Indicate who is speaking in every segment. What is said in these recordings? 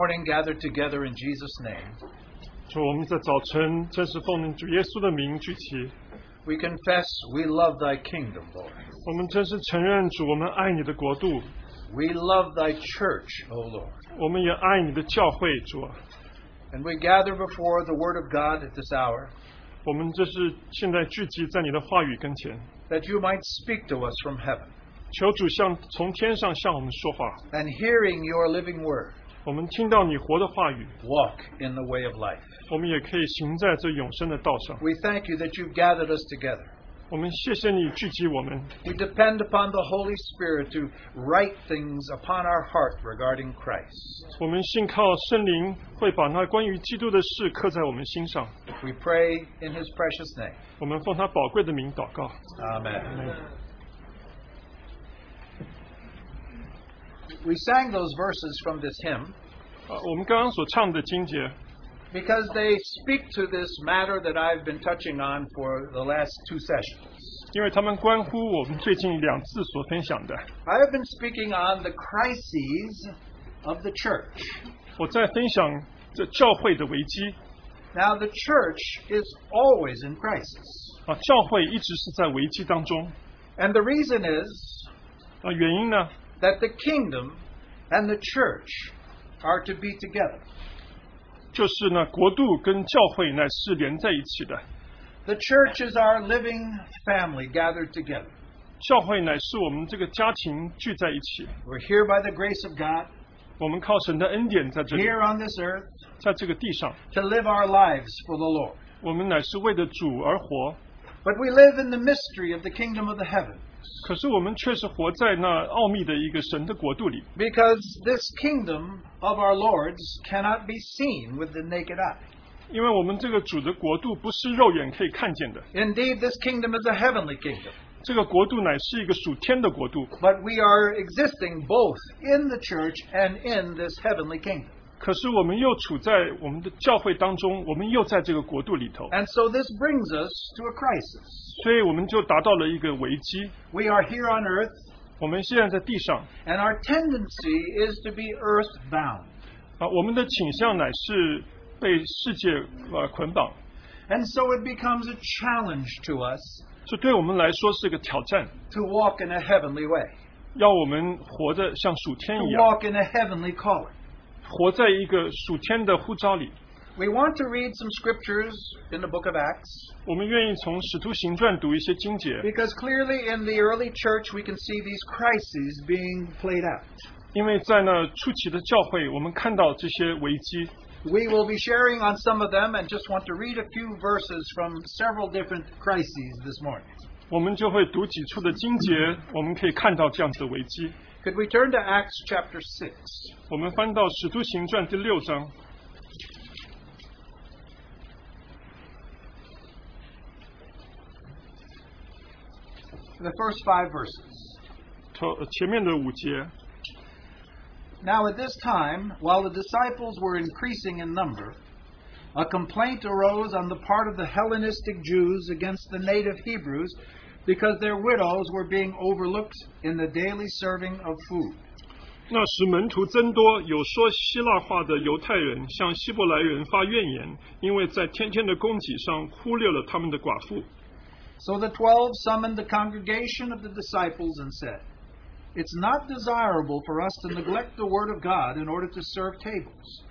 Speaker 1: morning gathered together in Jesus' name,
Speaker 2: 主，我们在早晨正是奉主耶稣的名聚集，
Speaker 1: we confess we love thy kingdom, Lord.
Speaker 2: 我们真是承认主，我们爱你的国度，
Speaker 1: We love thy church, O Lord.
Speaker 2: 我们也爱你的教会，主啊。
Speaker 1: And we gather before the word of God at this hour,
Speaker 2: 我们这是现在聚集在你的话语跟前，
Speaker 1: that you might speak to us from heaven.
Speaker 2: 求主向从天上向我们说话，
Speaker 1: And hearing your living word,
Speaker 2: 我们听到你活的话语，
Speaker 1: walk in the way of life.
Speaker 2: 我们也可以行在这永生的道上。
Speaker 1: We thank you that you've gathered us together.
Speaker 2: 我们谢谢你聚集我们，
Speaker 1: We depend upon the Holy Spirit to write things upon our heart regarding Christ.
Speaker 2: 我们信靠圣灵会把那关于基督的事刻在我们心上。
Speaker 1: We pray in his precious name.
Speaker 2: 我们奉他宝贵的名祷告。啊
Speaker 1: Amen. We sang those verses from this hymn
Speaker 2: 啊，我们刚刚所唱的经节，
Speaker 1: because they speak to this matter that I've been touching on for the last two sessions.
Speaker 2: 因为他们关乎我们最近两次所分享的。
Speaker 1: I have been speaking on the crises of the church.
Speaker 2: 我在分享这教会的危机
Speaker 1: Now, the church is always in crisis.
Speaker 2: 啊，教会一直是在危机当中
Speaker 1: And the reason is
Speaker 2: 啊，原因呢
Speaker 1: that the kingdom and the church are to be together.
Speaker 2: 就是呢，国度跟教会呢是连在一起的，
Speaker 1: The church is our living family gathered together.
Speaker 2: 教会呢是我们这个家庭聚在一起，
Speaker 1: We're here by the grace of God,
Speaker 2: 我们靠神的恩典在这里，
Speaker 1: here on this earth,
Speaker 2: 在这个地上，
Speaker 1: to live our lives for the Lord.
Speaker 2: 我们乃是为着主而活，
Speaker 1: But we live in the mystery of the kingdom of the heavens,
Speaker 2: 可是我们却是活在那奥秘的一个神的国度里，
Speaker 1: because this kingdom of our Lord's cannot be seen with the naked eye.
Speaker 2: 因为我们这个主的国度不是肉眼可以看见的，
Speaker 1: Indeed, this kingdom is a heavenly kingdom,
Speaker 2: 这个国度乃是一个属天的国度，
Speaker 1: but we are existing both in the church and in this heavenly kingdom.
Speaker 2: 可是我们又处在我们的教会当中，我们又在这个国度里头，
Speaker 1: And so this brings us to a crisis.
Speaker 2: 所以我们就达到了一个危机。
Speaker 1: We are here on earth,
Speaker 2: 我们现在在地上
Speaker 1: and our tendency is to be earthbound.
Speaker 2: 啊，我们的倾向乃是被世界呃捆绑，
Speaker 1: And so it becomes a challenge to us
Speaker 2: 这对我们来说是个挑战，
Speaker 1: to walk in a heavenly way,
Speaker 2: 要我们活得像属天
Speaker 1: to
Speaker 2: 一样，
Speaker 1: walk in a heavenly calling.
Speaker 2: 活在一个属天的呼召里。
Speaker 1: We want to read some scriptures in the book of Acts
Speaker 2: 我们愿意从《使徒行传》读一些经节，
Speaker 1: because clearly in the early church we can see these crises being played out.
Speaker 2: 因为在那初期的教会，我们看到这些危机。
Speaker 1: We will be sharing on some of them and just want to read a few verses from several different crises this morning.
Speaker 2: 我们就会读几处的经节，我们可以看到这样子的危机。
Speaker 1: Could we turn to Acts chapter 6?
Speaker 2: 我们翻到《使徒行传》第六章，
Speaker 1: The first five verses.
Speaker 2: 头呃前面的五节。
Speaker 1: Now at this time, while the disciples were increasing in number, a complaint arose on the part of the Hellenistic Jews against the native Hebrews because their widows were being overlooked in the daily serving of food.
Speaker 2: 那时门徒增多，有说希腊话的犹太人向希伯来人发怨言，因为在天天的供给上忽略了他们的寡妇。
Speaker 1: So the twelve summoned the congregation of the disciples and said, It's not desirable for us to neglect the word of God in order to serve tables.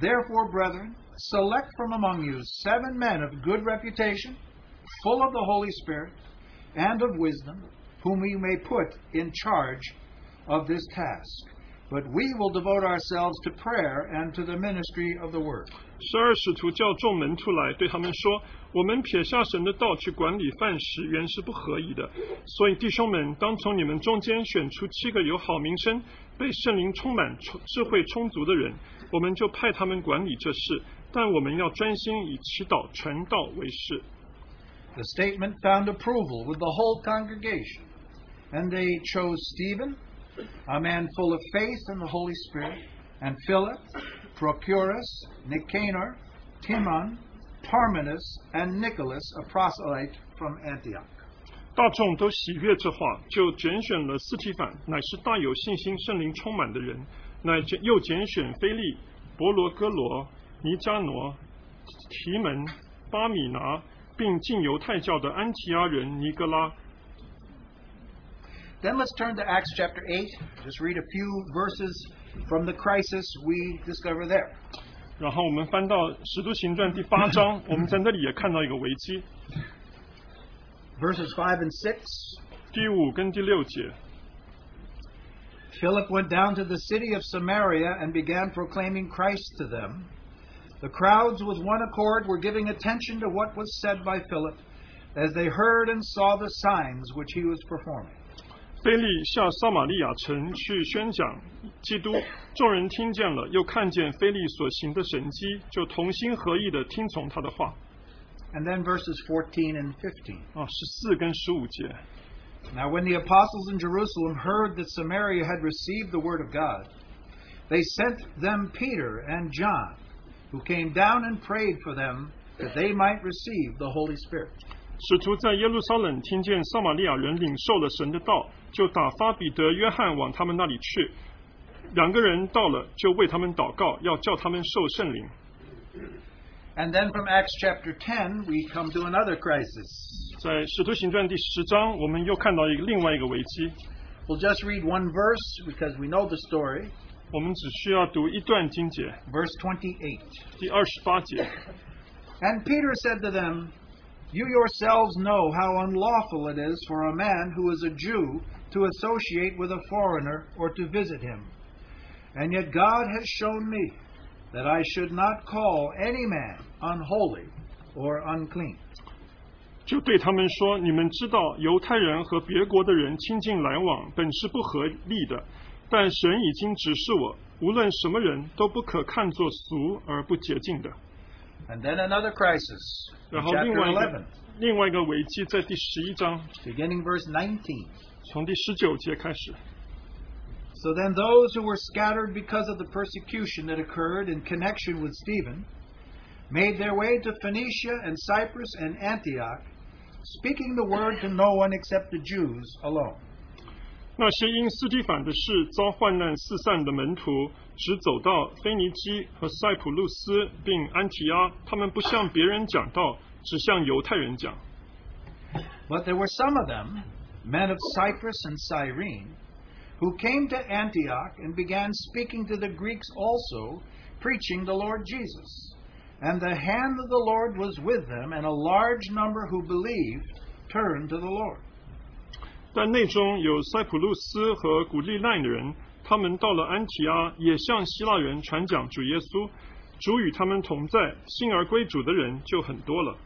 Speaker 1: Therefore, brethren, select from among you seven men of good reputation, full of the Holy Spirit and of wisdom, whom we may put in charge of this task. But we will devote ourselves to prayer and to the ministry of the word.
Speaker 2: 十二使徒叫众门徒来，对他们说：“我们撇下神的道去管理饭食，原是不合宜的。所以弟兄们，当从你们中间选出七个有好名声、被圣灵充满、充智慧充足的人，我们就派他们管理这事。但我们要专心以祈祷、传道为事。
Speaker 1: The statement found approval with the whole congregation, and they chose Stephen, a man full of faith and the Holy Spirit, and Philip, Procurus, Nicanor, Timon, Parmenas, and Nicholas, a proselyte from Antioch.
Speaker 2: 大众都喜悦这话，就拣选了斯提反，乃是大有信心、圣灵充满的人；乃又拣选菲利、伯罗哥罗、尼加挪、提门、巴米拿，并进犹太教的安提阿人尼格拉。
Speaker 1: Then let's turn to Acts chapter 8. Just read a few verses from the crisis we discover there.
Speaker 2: 然后我们翻到《使徒行传》第八章，我们在那里也看到一个危机，
Speaker 1: Verses 5 and 6.
Speaker 2: 第五跟第六节。
Speaker 1: Philip went down to the city of Samaria and began proclaiming Christ to them. The crowds, with one accord, were giving attention to what was said by Philip as they heard and saw the signs which he was performing.
Speaker 2: 菲利下撒玛利亚城去宣讲基督，众人听见了，又看见菲利所行的神迹，就同心合意的听从他的话。
Speaker 1: And then verses 14 and 15.
Speaker 2: 啊，十四跟十五节。
Speaker 1: Now, when the apostles in Jerusalem heard that Samaria had received the word of God, they sent them Peter and John, who came down and prayed for them that they might receive the Holy Spirit.
Speaker 2: 使徒在耶路撒冷听见撒玛利亚人领受了神的道，就打发彼得、约翰往他们那里去。两个人到了，就为他们祷告，要叫他们受圣灵。
Speaker 1: And then from Acts chapter 10, we come to another crisis.
Speaker 2: 在《使徒行传》第十章，我们又看到一个另外一个危机。
Speaker 1: We'll just read one verse because we know the story.
Speaker 2: 我们只需要读一段经节，
Speaker 1: Verse 28.
Speaker 2: 第二十八节。
Speaker 1: And Peter said to them, You yourselves know how unlawful it is for a man who is a Jew to associate with a foreigner or to visit him. And yet God has shown me that I should not call any man unholy or unclean.
Speaker 2: 就对他们说：“你们知道，犹太人和别国的人亲近来往本是不合理的，但神已经指示我，无论什么人都不可看作俗而不洁净的。
Speaker 1: And then another crisis. ” in
Speaker 2: 然后另
Speaker 1: Chapter
Speaker 2: 外一个
Speaker 1: 11,
Speaker 2: 另外一个危机在第十一章，
Speaker 1: beginning verse 19.
Speaker 2: 从第十九节开始。
Speaker 1: So then, those who were scattered because of the persecution that occurred in connection with Stephen made their way to Phoenicia and Cyprus and Antioch, speaking the word to no one except the Jews alone.
Speaker 2: 那些因斯蒂反的事遭患难四散的门徒，只走到腓尼基和塞浦路斯，并安提阿，他们不向别人讲道，只向犹太人讲。
Speaker 1: But there were some of them, men of Cyprus and Cyrene, who came to Antioch and began speaking to the Greeks also, preaching the Lord Jesus. And the hand of the Lord was with them, and a large number who believed turned to the Lord.
Speaker 2: 但内中有塞浦路斯和古利奈的人，他们到了安提阿，也向希腊人传讲主耶稣，主与他们同在，信而归主的人就很多了。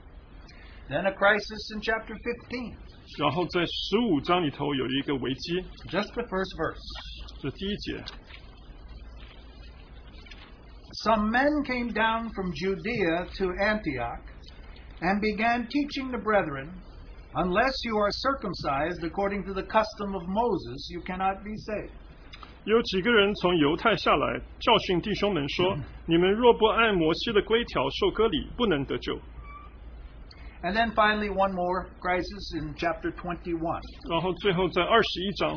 Speaker 1: Then a crisis in chapter 15.
Speaker 2: 然后在十五章里头有一个危机，
Speaker 1: Just the first verse.
Speaker 2: 这第一节，
Speaker 1: Some men came down from Judea to Antioch and began teaching the brethren, Unless you are circumcised according to the custom of Moses, you cannot be saved.
Speaker 2: 有几个人从犹太下来，教训弟兄们说：你们若不按摩西的规条受割礼，不能得救。
Speaker 1: And then finally, one more crisis in chapter 21.
Speaker 2: 然后最后在二十一章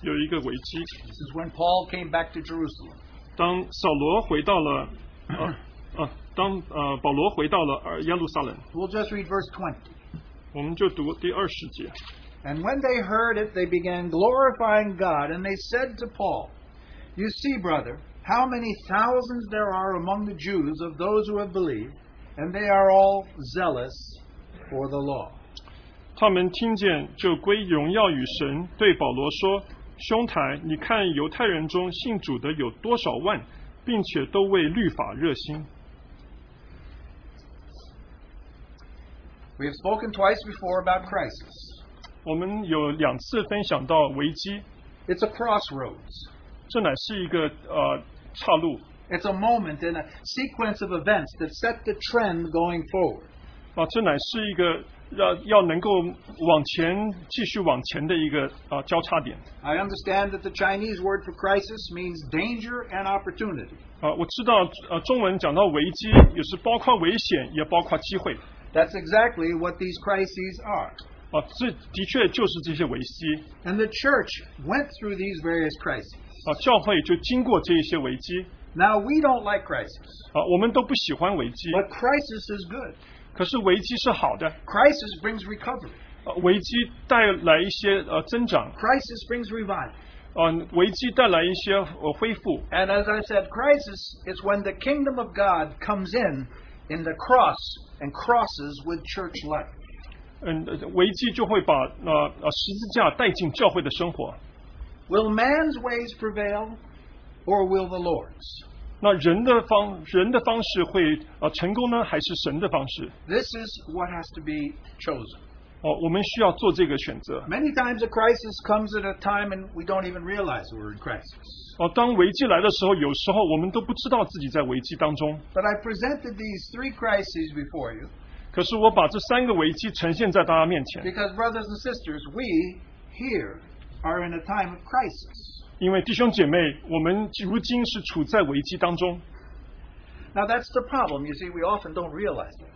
Speaker 2: 有一个危机，
Speaker 1: This is when Paul came back to Jerusalem.
Speaker 2: 当扫罗回到了，呃呃，当呃保罗回到了呃耶路撒冷，
Speaker 1: We'll just read verse 20.
Speaker 2: 我们就读第二十节。
Speaker 1: And when they heard it, they began glorifying God, and they said to Paul, You see, brother, how many thousands there are among the Jews of those who have believed, and they are all zealous for the law.
Speaker 2: 他们听见就归荣耀与神，对保罗说：“兄台，你看犹太人中信主的有多少万，并且都为律法热心。
Speaker 1: We have spoken twice before about crisis. ”
Speaker 2: 我们有两次分享到危机，
Speaker 1: It's a crossroads,
Speaker 2: 这乃是一个呃岔路
Speaker 1: it's a moment in a sequence of events that set the trend going forward.
Speaker 2: 啊，这乃是一个要要能够往前继续往前的一个啊、呃交叉点
Speaker 1: I understand that the Chinese word for crisis means danger and opportunity.
Speaker 2: 啊。我知道呃中文讲到危机也是包括危险，也包括机会
Speaker 1: That's exactly what these crises are.
Speaker 2: 啊，这的确就是这些危机啊
Speaker 1: And the church went through these various crises.
Speaker 2: 啊，教会就经过这一些危机。
Speaker 1: Now, we don't like crisis,
Speaker 2: 啊，我们都不喜欢危机，
Speaker 1: but crisis is good.
Speaker 2: 可是危机是好的，
Speaker 1: Crisis brings recovery,
Speaker 2: 呃危机带来一些呃增长，
Speaker 1: crisis brings revival.
Speaker 2: 呃，危机带来一些呃恢复。
Speaker 1: And as I said, crisis is when the kingdom of God comes in in the cross and crosses with church life.
Speaker 2: 嗯，呃危机就会把呃呃十字架带进教会的生活。
Speaker 1: Will man's ways prevail or will the Lord's?
Speaker 2: 那人的方人的方式会呃成功呢，还是神的方式？
Speaker 1: This is what has to be chosen.
Speaker 2: 哦、我们需要做这个选择。
Speaker 1: Many times a crisis comes at a time and we don't even realize we're in crisis.
Speaker 2: 哦、当危机来的时候，有时候我们都不知道自己在危机当中。
Speaker 1: But I presented these three crises before you
Speaker 2: 可是我把这三个危机呈现在大家面前，
Speaker 1: because, brothers and sisters, we here are in a time of crisis.
Speaker 2: 因为弟兄姐妹，我们如今是处在危机当中。
Speaker 1: Now, that's the problem. You see, we often don't realize that.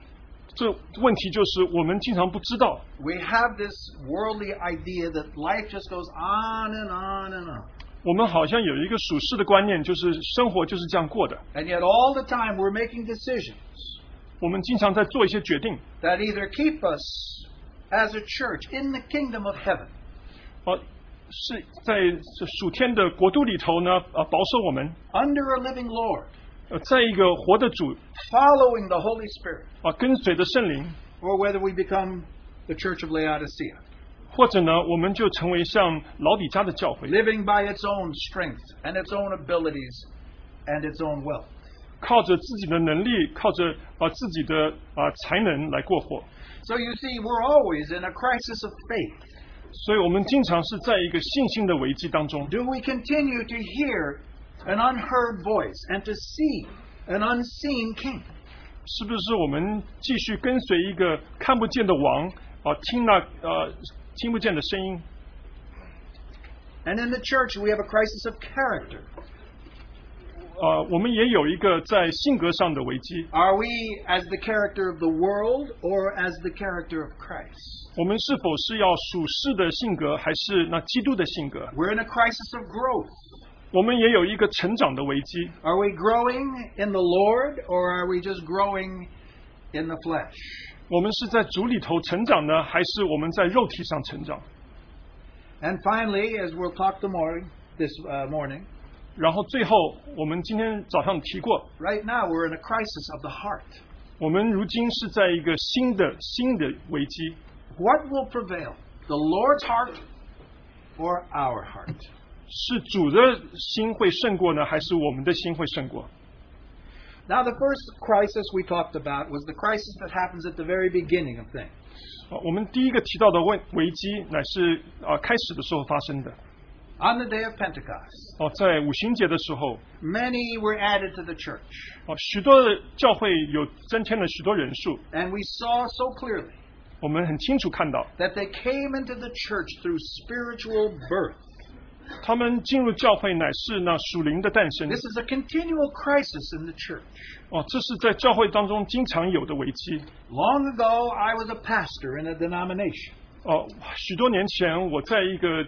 Speaker 2: 这问题就是我们经常不知道，
Speaker 1: We have this worldly idea that life just goes on and on and on.
Speaker 2: 我们好像有一个属世的观念，就是生活就是这样过的。
Speaker 1: And yet, all the time, we're making decisions
Speaker 2: 我们经常在做一些决定，
Speaker 1: that either keep us as a church in the kingdom of heaven
Speaker 2: 呃，是在这属天的国度里头呢，呃，保守我们，
Speaker 1: under a living Lord,
Speaker 2: 呃，在一个活的主
Speaker 1: following the Holy Spirit,
Speaker 2: 啊、呃跟随着圣灵，
Speaker 1: or whether we become the church of Laodicea,
Speaker 2: 或者呢，我们就成为像老底家的教会，
Speaker 1: living by its own strength and its own abilities and its own wealth.
Speaker 2: 靠着自己的能力，靠着啊、呃自己的啊、呃才能来过活。
Speaker 1: So, you see, we're always in a crisis of faith.
Speaker 2: 所以我们经常是在一个信心的危机当中。
Speaker 1: Do we continue to hear an unheard voice and to see an unseen king?
Speaker 2: 是不是我们继续跟随一个看不见的王啊、听那呃听不见的声音？
Speaker 1: And in the church, we have a crisis of character.
Speaker 2: 呃，我们也有一个在性格上的危机。
Speaker 1: Are we as the character of the world or as the character of Christ?
Speaker 2: 我们是否是要属世的性格，还是那基督的性格？
Speaker 1: We're in a crisis of growth.
Speaker 2: 我们也有一个成长的危机。
Speaker 1: Are we growing in the Lord or are we just growing in the flesh?
Speaker 2: 我们是在主里头成长呢，还是我们在肉体上成长？
Speaker 1: And finally, as we'll talk tomorrow, this uh, morning,
Speaker 2: 然后最后，我们今天早上提过，
Speaker 1: right now we're in a crisis of the heart.
Speaker 2: 我们如今是在一个新的新的危机。
Speaker 1: What will prevail, the Lord's heart or our heart?
Speaker 2: 是主的心会胜过呢，还是我们的心会胜过？
Speaker 1: Now, the first crisis we talked about was the crisis that happens at the very beginning of things.
Speaker 2: 啊，我们第一个提到的问危机，乃是啊、开始的时候发生的。
Speaker 1: On the day of Pentecost,
Speaker 2: 哦、在五旬节的时候，
Speaker 1: many were added to the church,
Speaker 2: 哦、许多的教会有增添了许多人数，
Speaker 1: and we saw so clearly
Speaker 2: 我们很清楚看到，
Speaker 1: that they came into the church through spiritual birth.
Speaker 2: 他们进入教会乃是那属灵的诞生。
Speaker 1: This is a continual crisis in the church.
Speaker 2: 哦，这是在教会当中经常有的危机。
Speaker 1: Long ago, I was a pastor in a denomination,
Speaker 2: 哦，许多年前我在一个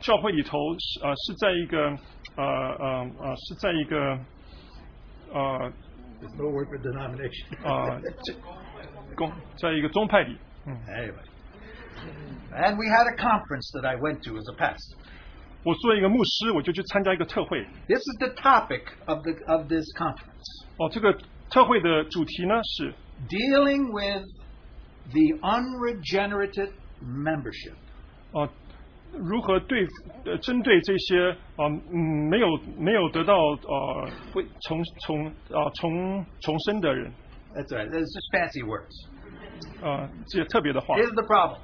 Speaker 2: 教会里头，呃，是在一个呃呃呃，是在一个呃
Speaker 1: there's no word for denomination.
Speaker 2: 呃这公，在一个宗派里。
Speaker 1: Anyway. And we had a conference that I went to as a pastor.
Speaker 2: 我作为一个牧师，我就去参加一个特会。
Speaker 1: This is the topic of the of this conference.
Speaker 2: 哦，这个特会的主题呢是
Speaker 1: Dealing with the unregenerated membership.
Speaker 2: 哦，如何对呃针对这些啊嗯没有没有得到呃会重重啊重重生的人
Speaker 1: That's all right. That's just fancy words.
Speaker 2: 啊这些特别的话，
Speaker 1: Here's the problem.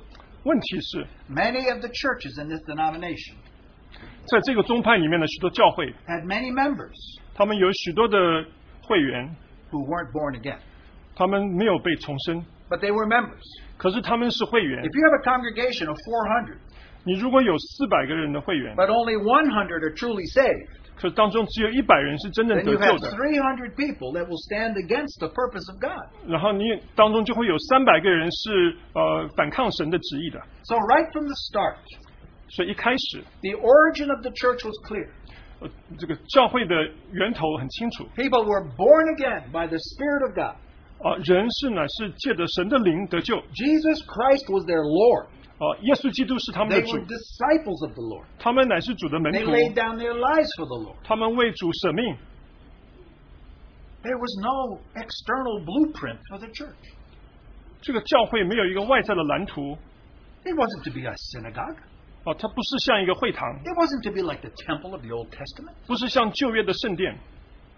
Speaker 2: 问题是
Speaker 1: Many of the churches in this denomination
Speaker 2: 在这个宗派里面的许多教会，
Speaker 1: had many members
Speaker 2: 他们有许多的会员，
Speaker 1: who weren't born again,
Speaker 2: 他们没有被重生，
Speaker 1: but they were members.
Speaker 2: 可是他们是会员
Speaker 1: If。you have a congregation of 400,
Speaker 2: 你如果有四百个人的会员，
Speaker 1: but only 100 are truly saved,
Speaker 2: 可是当中只有一百人是真正
Speaker 1: then
Speaker 2: 得
Speaker 1: you have
Speaker 2: 救的，
Speaker 1: 300 people that will stand against the purpose of God.
Speaker 2: 然后你当中就会有三百个人是呃反抗神的旨意的。
Speaker 1: So right from the start,
Speaker 2: 所以一开始
Speaker 1: the origin of the church was clear.
Speaker 2: 啊、呃这个教会的源头很清楚
Speaker 1: People were born again by the Spirit of God.
Speaker 2: 啊、人是乃是借着神的灵得救
Speaker 1: Jesus Christ was their Lord.
Speaker 2: 啊、耶稣基督是他们
Speaker 1: They
Speaker 2: 的主
Speaker 1: were，disciples of the Lord.
Speaker 2: 他们乃是主的门
Speaker 1: They
Speaker 2: 徒，
Speaker 1: laid down their lives for the Lord.
Speaker 2: 他们为主舍命，
Speaker 1: There was no external blueprint for the church.
Speaker 2: 这个教会没有一个外在的蓝图
Speaker 1: It wasn't to be a synagogue.
Speaker 2: 啊、它不是像一个会堂，
Speaker 1: It wasn't to be like the temple of the Old Testament.
Speaker 2: 不是像旧约的圣殿，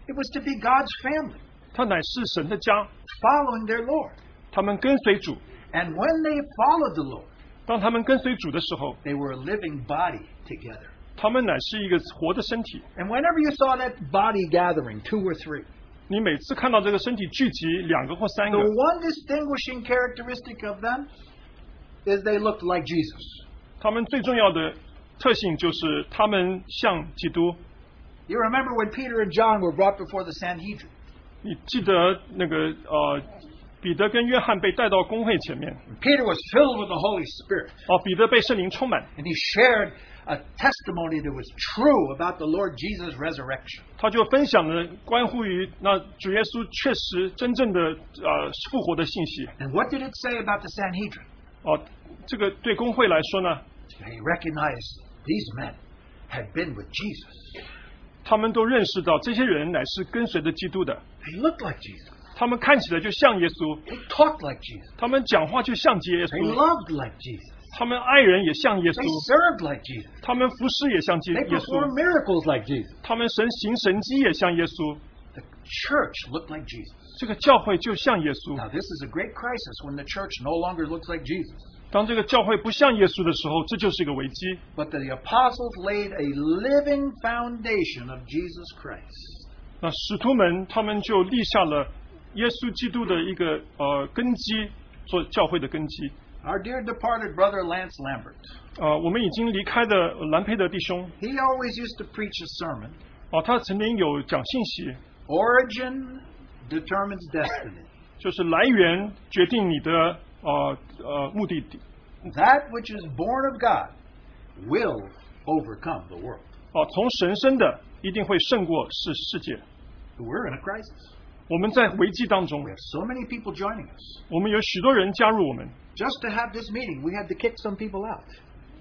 Speaker 1: It was to be God's family,
Speaker 2: 它乃是神的家，
Speaker 1: following their Lord.
Speaker 2: 他们跟随主。
Speaker 1: And when they followed the Lord,
Speaker 2: 当他们跟随主的时候，
Speaker 1: they were a living body together.
Speaker 2: 他们乃是一个活的身体。
Speaker 1: And whenever you saw that body gathering, two or three,
Speaker 2: 你每次看到这个身体聚集两个或三个
Speaker 1: the，one distinguishing characteristic of them is they looked like Jesus.
Speaker 2: 他们最重要的特性就是他们像基督。
Speaker 1: You remember when Peter and John were brought before the Sanhedrin?
Speaker 2: 你记得那个呃，彼得跟约翰被带到公会前面，
Speaker 1: Peter was filled with the Holy Spirit,
Speaker 2: 哦，彼得被圣灵充满，
Speaker 1: and he shared a testimony that was true about the Lord Jesus' resurrection.
Speaker 2: 他就分享了关乎于那主耶稣确实真正的呃复活的信息。
Speaker 1: And what did it say about the Sanhedrin?
Speaker 2: 哦，这个对公会来说呢，
Speaker 1: They recognized these men had been with Jesus.
Speaker 2: 他们都认识到这些人乃是跟随着基督的，
Speaker 1: They looked like Jesus.
Speaker 2: 他们看起来就像耶稣，
Speaker 1: They talked like Jesus.
Speaker 2: 他们讲话就像耶
Speaker 1: They
Speaker 2: 稣，
Speaker 1: loved like Jesus.
Speaker 2: 他们爱人也像耶
Speaker 1: They
Speaker 2: 稣，
Speaker 1: served like Jesus.
Speaker 2: 他们服侍也像基耶
Speaker 1: They
Speaker 2: 稣
Speaker 1: performed，miracles like Jesus.
Speaker 2: 他们神行神迹也像耶稣，
Speaker 1: The church looked like Jesus.
Speaker 2: 这个教会就像耶稣。
Speaker 1: Now, this is a great crisis when the church no longer looks like Jesus.
Speaker 2: 当这个教会不像耶稣的时候，这就是一个危机。
Speaker 1: But the apostles laid a living foundation of Jesus Christ.
Speaker 2: 那使徒们他们就立下了耶稣基督的一个呃根基，做教会的根基。
Speaker 1: Our dear departed brother Lance Lambert,
Speaker 2: 呃，我们已经离开的呃兰佩德弟兄
Speaker 1: he always used to preach a sermon
Speaker 2: 哦、他曾经有讲信息，
Speaker 1: Origin determines destiny.
Speaker 2: 就是来源决定你的呃呃目的地。
Speaker 1: That which is born of God will overcome the world.
Speaker 2: 哦，从神生的一定会胜过世世界。
Speaker 1: We're in a crisis.
Speaker 2: 我们在危机当中
Speaker 1: We，have so many people joining us.
Speaker 2: 我们有许多人加入我们。
Speaker 1: Just to have this meeting, we had to kick some people out.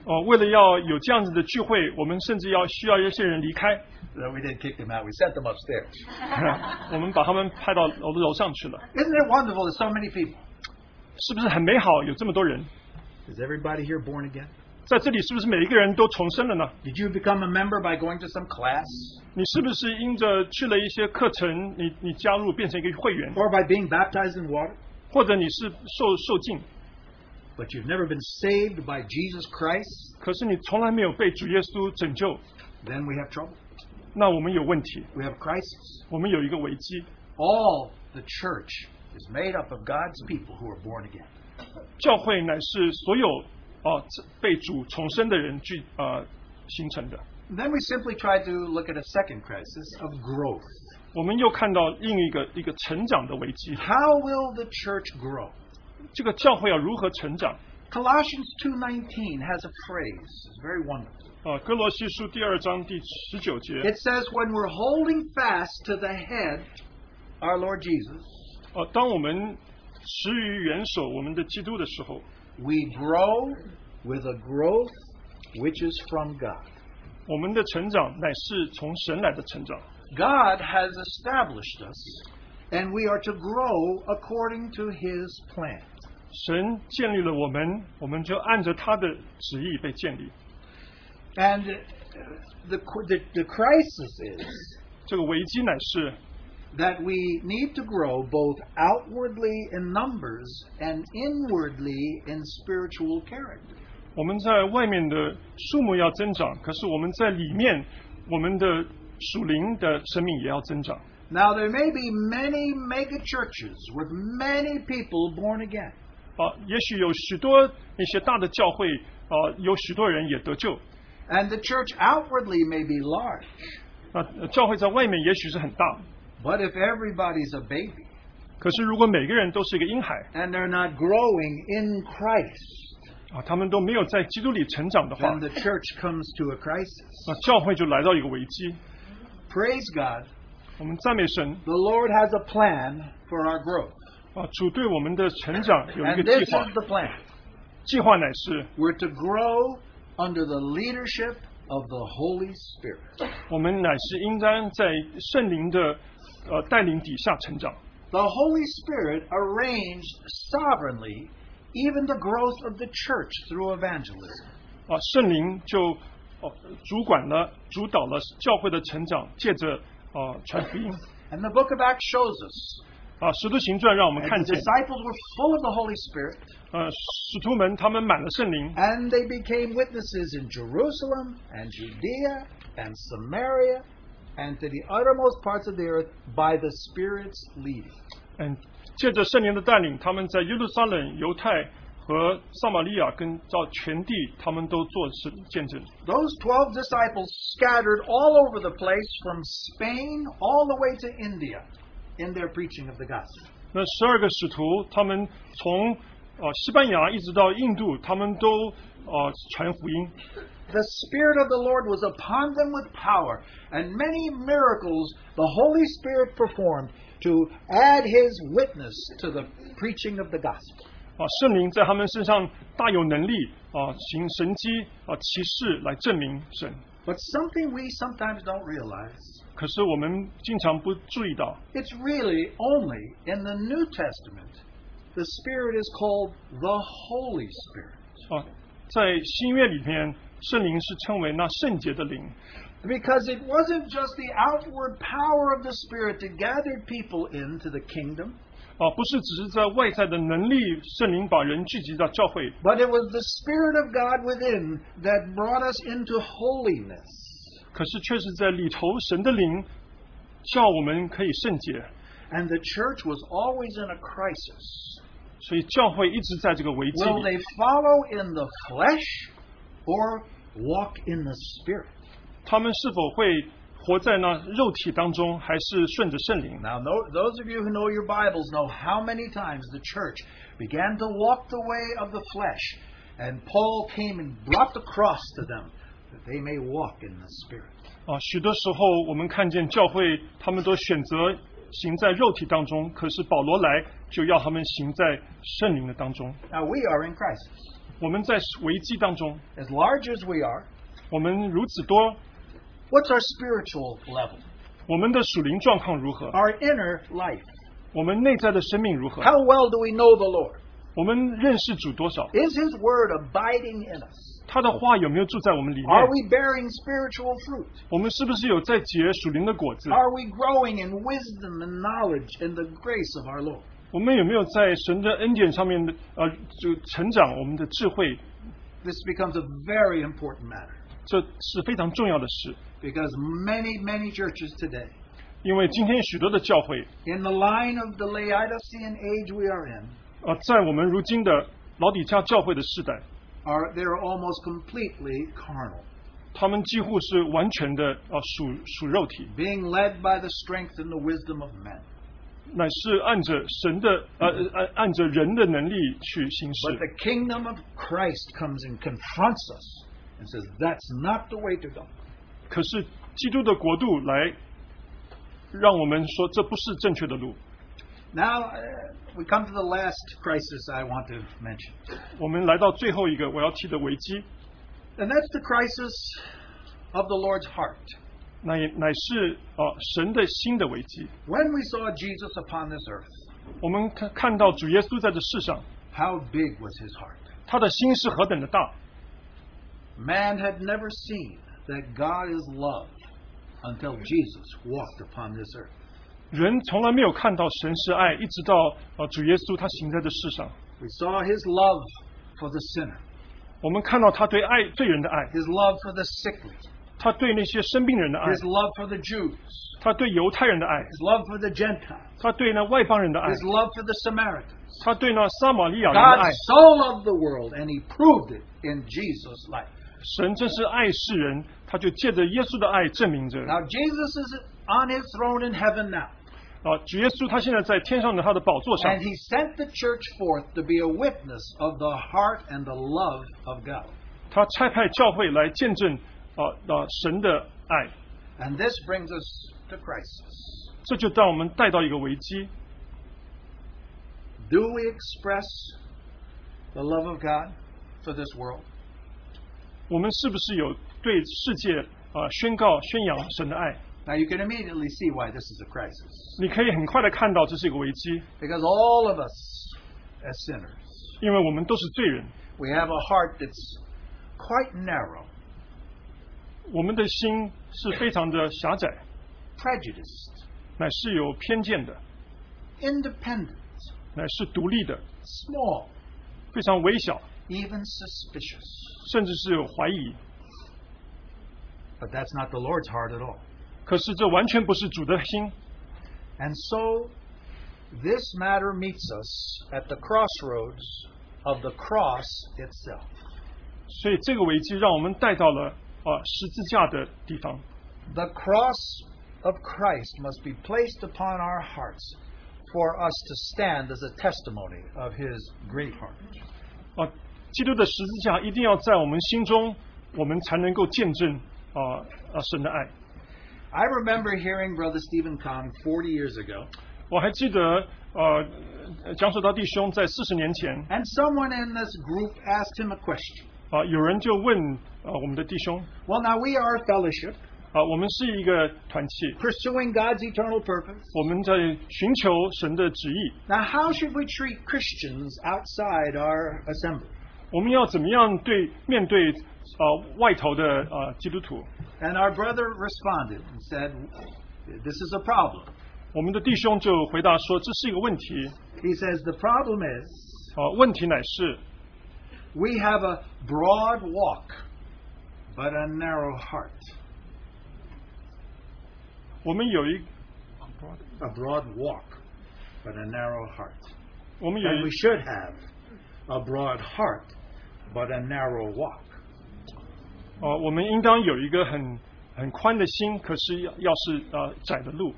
Speaker 2: 哦，为了要有这样子的聚会，我们甚至要需要一些人离开，
Speaker 1: No, we didn't kick them out. We sent them upstairs.
Speaker 2: 我们把他们派到楼楼上去了，
Speaker 1: Isn't it wonderful that so many people?
Speaker 2: 是不是很美好？有这么多人
Speaker 1: Is everybody here born again?
Speaker 2: 在这里，是不是每一个人都重生了呢？
Speaker 1: Did you become a member by going to some class
Speaker 2: 你是不是因着去了一些课程，你你加入变成一个会员，
Speaker 1: or by being baptized in water?
Speaker 2: 或者你是受受浸？
Speaker 1: But you've never been saved by Jesus Christ,
Speaker 2: 可是你从来没有被主耶稣拯救，
Speaker 1: then we have trouble.
Speaker 2: 那我们有问题，
Speaker 1: We have a crisis.
Speaker 2: 我们有一个危机。
Speaker 1: All the church is made up of God's people who are born again.
Speaker 2: 教会乃是所有啊、这被主重生的人聚啊、形成的。
Speaker 1: Then we simply try to look at a second crisis of growth.
Speaker 2: 我们又看到另一个一个成长的危机，
Speaker 1: How will the church grow?
Speaker 2: 这个教会要如何成长？
Speaker 1: Colossians 2:19 has a phrase, it's very wonderful.
Speaker 2: 啊，哥罗西书第二章第十九节，
Speaker 1: It says when we're holding fast to the head, our Lord Jesus,
Speaker 2: 呃，当我们持于元首我们的基督的时候，
Speaker 1: we grow with a growth which is from God.
Speaker 2: 我们的成长乃是从神来的成长。
Speaker 1: God has established us and we are to grow according to his plan.
Speaker 2: 神建立了我们，我们就按着他的旨意被建立。
Speaker 1: And uh, the the, the crisis is
Speaker 2: 这个危机乃是
Speaker 1: that we need to grow both outwardly in numbers and inwardly in spiritual character.
Speaker 2: 我们在外面的数目要增长，可是我们在里面，我们的属灵的生命也要增长。啊
Speaker 1: Now, there may be many mega churches with many people born again,
Speaker 2: 啊、也许有许多一些大的教会，啊、有许多人也得救。
Speaker 1: and the church outwardly may be large,
Speaker 2: 那、呃教会在外面也许是很大，
Speaker 1: but if everybody's a baby
Speaker 2: 可是如果每个人都是一个婴孩
Speaker 1: and they're not growing in Christ,
Speaker 2: 啊，他们都没有在基督里成长的话啊
Speaker 1: then，the church comes to a crisis.
Speaker 2: 那教会就来到一个危机。
Speaker 1: Praise God.
Speaker 2: 我们赞美神
Speaker 1: The Lord has a plan for our growth.
Speaker 2: 啊，主对我们的成长有一个
Speaker 1: And this
Speaker 2: 计划
Speaker 1: is，the plan.
Speaker 2: 计划乃是
Speaker 1: We're to grow under the leadership of the Holy Spirit.
Speaker 2: 我们乃是应当在圣灵的呃带领底下成长。
Speaker 1: The Holy Spirit arranged sovereignly even the growth of the church through evangelism.
Speaker 2: 啊，圣灵就哦主管了、主导了教会的成长，借着啊传福音
Speaker 1: And the book of Acts shows us
Speaker 2: 啊《使徒行传》让我们
Speaker 1: that
Speaker 2: 看
Speaker 1: the
Speaker 2: 见，
Speaker 1: disciples were full of the Holy Spirit
Speaker 2: 呃，使徒们他们满了圣灵，
Speaker 1: and they became witnesses in Jerusalem and Judea and Samaria and to the uttermost parts of the earth by the Spirit's leading.
Speaker 2: 嗯，借着圣灵的带领，他们在耶路撒冷、犹太和撒玛利亚跟到全地，他们都做是见证。
Speaker 1: Those 12 disciples scattered all over the place from Spain all the way to India in their preaching of the gospel.
Speaker 2: 那十二个使徒，他们从呃西班牙一直到印度，他们都呃传福音。
Speaker 1: The Spirit of the Lord was upon them with power, and many miracles the Holy Spirit performed to add His witness to the preaching of the gospel.
Speaker 2: 啊，圣灵在他们身上大有能力啊，行神迹啊奇事来证明神。
Speaker 1: But something we sometimes don't realize
Speaker 2: 可是我们经常不注意到，
Speaker 1: it's really only in the New Testament the Spirit is called the Holy Spirit.
Speaker 2: 啊，在新约里面，圣灵是称为那圣洁的灵，
Speaker 1: Because it wasn't just the outward power of the Spirit that gathered people into the kingdom,
Speaker 2: 啊，不是只是在外在的能力，圣灵把人聚集到教会，
Speaker 1: but it was the Spirit of God within that brought us into holiness.
Speaker 2: 可是却是在里头神的灵叫我们可以圣洁，
Speaker 1: And the church was always in a crisis.
Speaker 2: 所以教会一直在这个危机
Speaker 1: Will
Speaker 2: 里
Speaker 1: they follow in the flesh or walk in the spirit?
Speaker 2: 他们是否会活在那肉体当中，还是顺着圣灵呢？
Speaker 1: Now, tho- those of you who know your Bibles know how many times the church began to walk the way of the flesh, and Paul came and brought the cross to them that they may walk in the spirit.
Speaker 2: 啊，许多时候我们看见教会，他们都选择行在肉体当中，可是保罗来就要他们行在圣灵的当中。
Speaker 1: Now, we are in crisis.
Speaker 2: 我们在危机当中，
Speaker 1: As large as we are,
Speaker 2: 我们如此多，
Speaker 1: what's our spiritual level?
Speaker 2: 我们的属灵状况如何？
Speaker 1: Our inner life.
Speaker 2: 我们内在的生命如何？
Speaker 1: How well do we know the Lord?
Speaker 2: 我们认识主多少？
Speaker 1: Is His word abiding in us?
Speaker 2: 他的话有没有住在我们里面
Speaker 1: Are？we bearing spiritual fruit?
Speaker 2: 我们是不是有在结属灵的果子？
Speaker 1: Are we growing in wisdom and knowledge and the grace of our Lord?
Speaker 2: 我们有没有在神的恩典上面的呃，就成长我们的智慧？
Speaker 1: This becomes a very important matter
Speaker 2: 这是非常重要的事，
Speaker 1: because many, many churches today,
Speaker 2: 因为今天许多的教会
Speaker 1: in the line of the Laodicean age we are in,
Speaker 2: 呃，在我们如今的老底家教会的世代，
Speaker 1: are they're almost completely carnal,
Speaker 2: 他们几乎是完全的啊属属肉体，
Speaker 1: being led by the strength and the wisdom of men.
Speaker 2: 乃是按着神的呃按按着人的能力去行
Speaker 1: But
Speaker 2: 事。
Speaker 1: the kingdom of Christ comes and confronts us and says, That's not the way to go.
Speaker 2: 可是基督的国度来让我们说这不是正确的路。
Speaker 1: Now, uh, we come to the last crisis I want to mention.
Speaker 2: 我们来到最后一个我要提的危机，
Speaker 1: And that's the crisis of the Lord's heart.
Speaker 2: 那也乃是啊神的新的危机。
Speaker 1: When we saw Jesus upon this earth,
Speaker 2: 我们看看到主耶稣在这世上，
Speaker 1: how big was his heart?
Speaker 2: 他的心是何等的大。
Speaker 1: Man had never seen that God is love until Jesus walked upon this earth.
Speaker 2: 人从来没有看到神是爱，一直到呃主耶稣他行在这世上，
Speaker 1: We saw his love for the sinner,
Speaker 2: 我们看到他对爱罪人的爱，
Speaker 1: his love for the sickly,
Speaker 2: 他对那些生病人的爱，
Speaker 1: his love for the Jews,
Speaker 2: 他对犹太人的爱，
Speaker 1: his love for the Gentiles,
Speaker 2: 他对那外邦人的爱，
Speaker 1: his love for the Samaritans.
Speaker 2: 他对那撒玛利亚人的
Speaker 1: God
Speaker 2: 爱。
Speaker 1: so loved the world, and he proved it in Jesus' life.
Speaker 2: 神真是爱世人，他就借着耶稣的爱证明着。
Speaker 1: Now, Jesus is on his throne in heaven now.
Speaker 2: 啊，主耶稣他现在在天上的他的宝座上
Speaker 1: And，he sent the church forth to be a witness of the heart and the love of God.
Speaker 2: 他差派教会来见证啊啊神的爱。
Speaker 1: And this brings us to crisis.
Speaker 2: 这就让我们带到一个危机：
Speaker 1: Do we express the love of God for this world?
Speaker 2: 我们是不是有对世界啊、呃宣告宣扬神的爱？
Speaker 1: Now you can immediately see why this is a crisis.
Speaker 2: 你可以很快的看到这是一个危机，
Speaker 1: Because all of us, as sinners,
Speaker 2: 因为我们都是罪人，
Speaker 1: we have a heart that's quite narrow,
Speaker 2: 我们的心是非常的狭窄，
Speaker 1: prejudiced,
Speaker 2: 乃是有偏见的，
Speaker 1: independent,
Speaker 2: 乃是独立的，
Speaker 1: small,
Speaker 2: 非常微小，
Speaker 1: even suspicious.
Speaker 2: 甚至是有怀疑。
Speaker 1: But that's not the Lord's heart at all.
Speaker 2: 可是这完全不是主的心，
Speaker 1: And so this matter meets us at the crossroads of the cross itself.
Speaker 2: 所以这个危机让我们带到了啊、十字架的地方。
Speaker 1: The cross of Christ must be placed upon our hearts for us to stand as a testimony of his great heart.
Speaker 2: 啊，基督的十字架一定要在我们心中，我们才能够见证啊啊神的爱。
Speaker 1: I remember hearing Brother Stephen Kahn 40 years ago,
Speaker 2: 我还记得呃，蒋守达弟兄在四十年前
Speaker 1: and someone in this group asked him a question.
Speaker 2: 啊、有人就问啊我们的弟兄
Speaker 1: Well, now we are a fellowship
Speaker 2: 啊、我们是一个团契，
Speaker 1: pursuing God's eternal purpose.
Speaker 2: 我们在寻求神的旨意，
Speaker 1: Now, how should we treat Christians outside our assembly?
Speaker 2: 我们要怎么样对面对啊、外头的啊、基督徒？
Speaker 1: And our brother responded and said, This is a problem.
Speaker 2: 我们的弟兄就回答说，这是一个问题
Speaker 1: He says, The problem is
Speaker 2: 啊、问题乃是
Speaker 1: we have a broad walk, but a narrow heart.
Speaker 2: 我们有一
Speaker 1: A broad walk, but a narrow heart.
Speaker 2: 我们有
Speaker 1: And
Speaker 2: 一
Speaker 1: we should have a broad heart, but a narrow walk.
Speaker 2: 啊，我们应当有一个很很宽的心，可是要要是啊窄的路。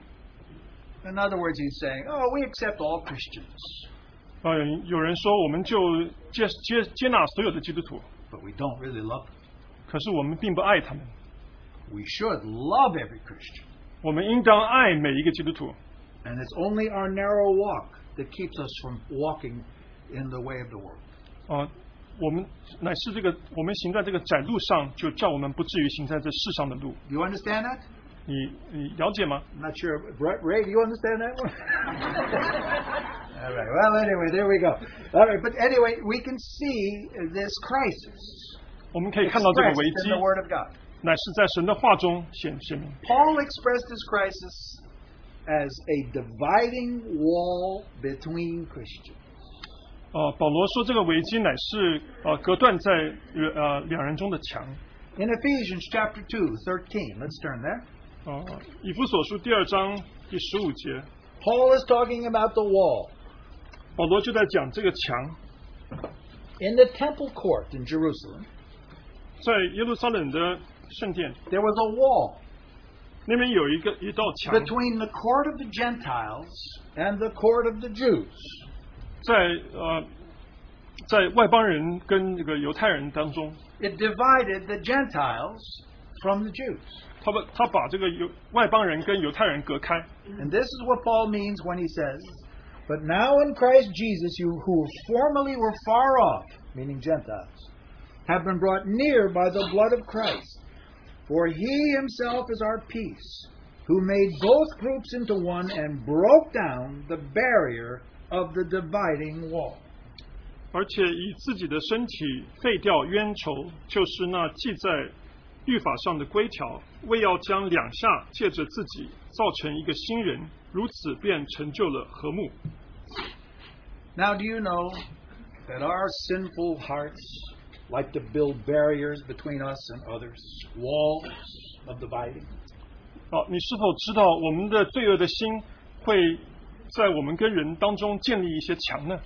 Speaker 1: In other words, he's saying, Oh, we accept all Christians,
Speaker 2: 啊，有人说我们就接接接纳所有的基督徒，
Speaker 1: but we don't really love them.
Speaker 2: 可是我们并不爱他们。
Speaker 1: We should love every Christian.
Speaker 2: 我们应当爱每一个基督徒，
Speaker 1: And it's only our narrow walk that keeps us from walking in the way of the world.
Speaker 2: 啊，我们乃是这个我们行在这个窄路上，就叫我们不至于行在这世上的路。
Speaker 1: Do you understand that?
Speaker 2: 你你了解吗？
Speaker 1: I'm not sure. Ray, Ray, do you understand that one? All right. Well, anyway, there we go. All right. But anyway, we can see this crisis
Speaker 2: 我们可以看到这个
Speaker 1: expressed
Speaker 2: 危机
Speaker 1: in the Word of God.
Speaker 2: 乃是在神的话中显显明。
Speaker 1: Paul expressed this crisis as a dividing wall between Christians.
Speaker 2: 啊，保罗说这个危机乃是呃隔断在呃两人中的墙。
Speaker 1: In Ephesians chapter 2, 13, let's turn there.
Speaker 2: 啊，以弗所书第二章第十五节，
Speaker 1: Paul is talking about the wall
Speaker 2: 保罗就在讲这个墙
Speaker 1: in the temple court in Jerusalem.
Speaker 2: 在耶路撒冷的圣殿
Speaker 1: There was a wall
Speaker 2: 那边有一个一道墙，
Speaker 1: between the court of the Gentiles and the court of the Jews.
Speaker 2: 在呃在外邦人跟这个犹太人当中，
Speaker 1: It divided the Gentiles from the Jews.
Speaker 2: 他把他把这个犹外邦人跟犹太人隔开。
Speaker 1: And this is what Paul means when he says, But now in Christ Jesus, you who formerly were far off, meaning Gentiles, have been brought near by the blood of Christ. For he himself is our peace, who made both groups into one and broke down the barrier of the dividing wall.
Speaker 2: 而且以自己的身体废掉冤仇，就是那记在律法上的规条，为要将两下借着自己造成一个新人，如此便成就了和睦。啊
Speaker 1: Now, do you know that our sinful hearts like to build barriers between us and others, walls of dividing?
Speaker 2: 好，你是否知道我们的罪恶的心会在我们跟人当中建立一些墙呢？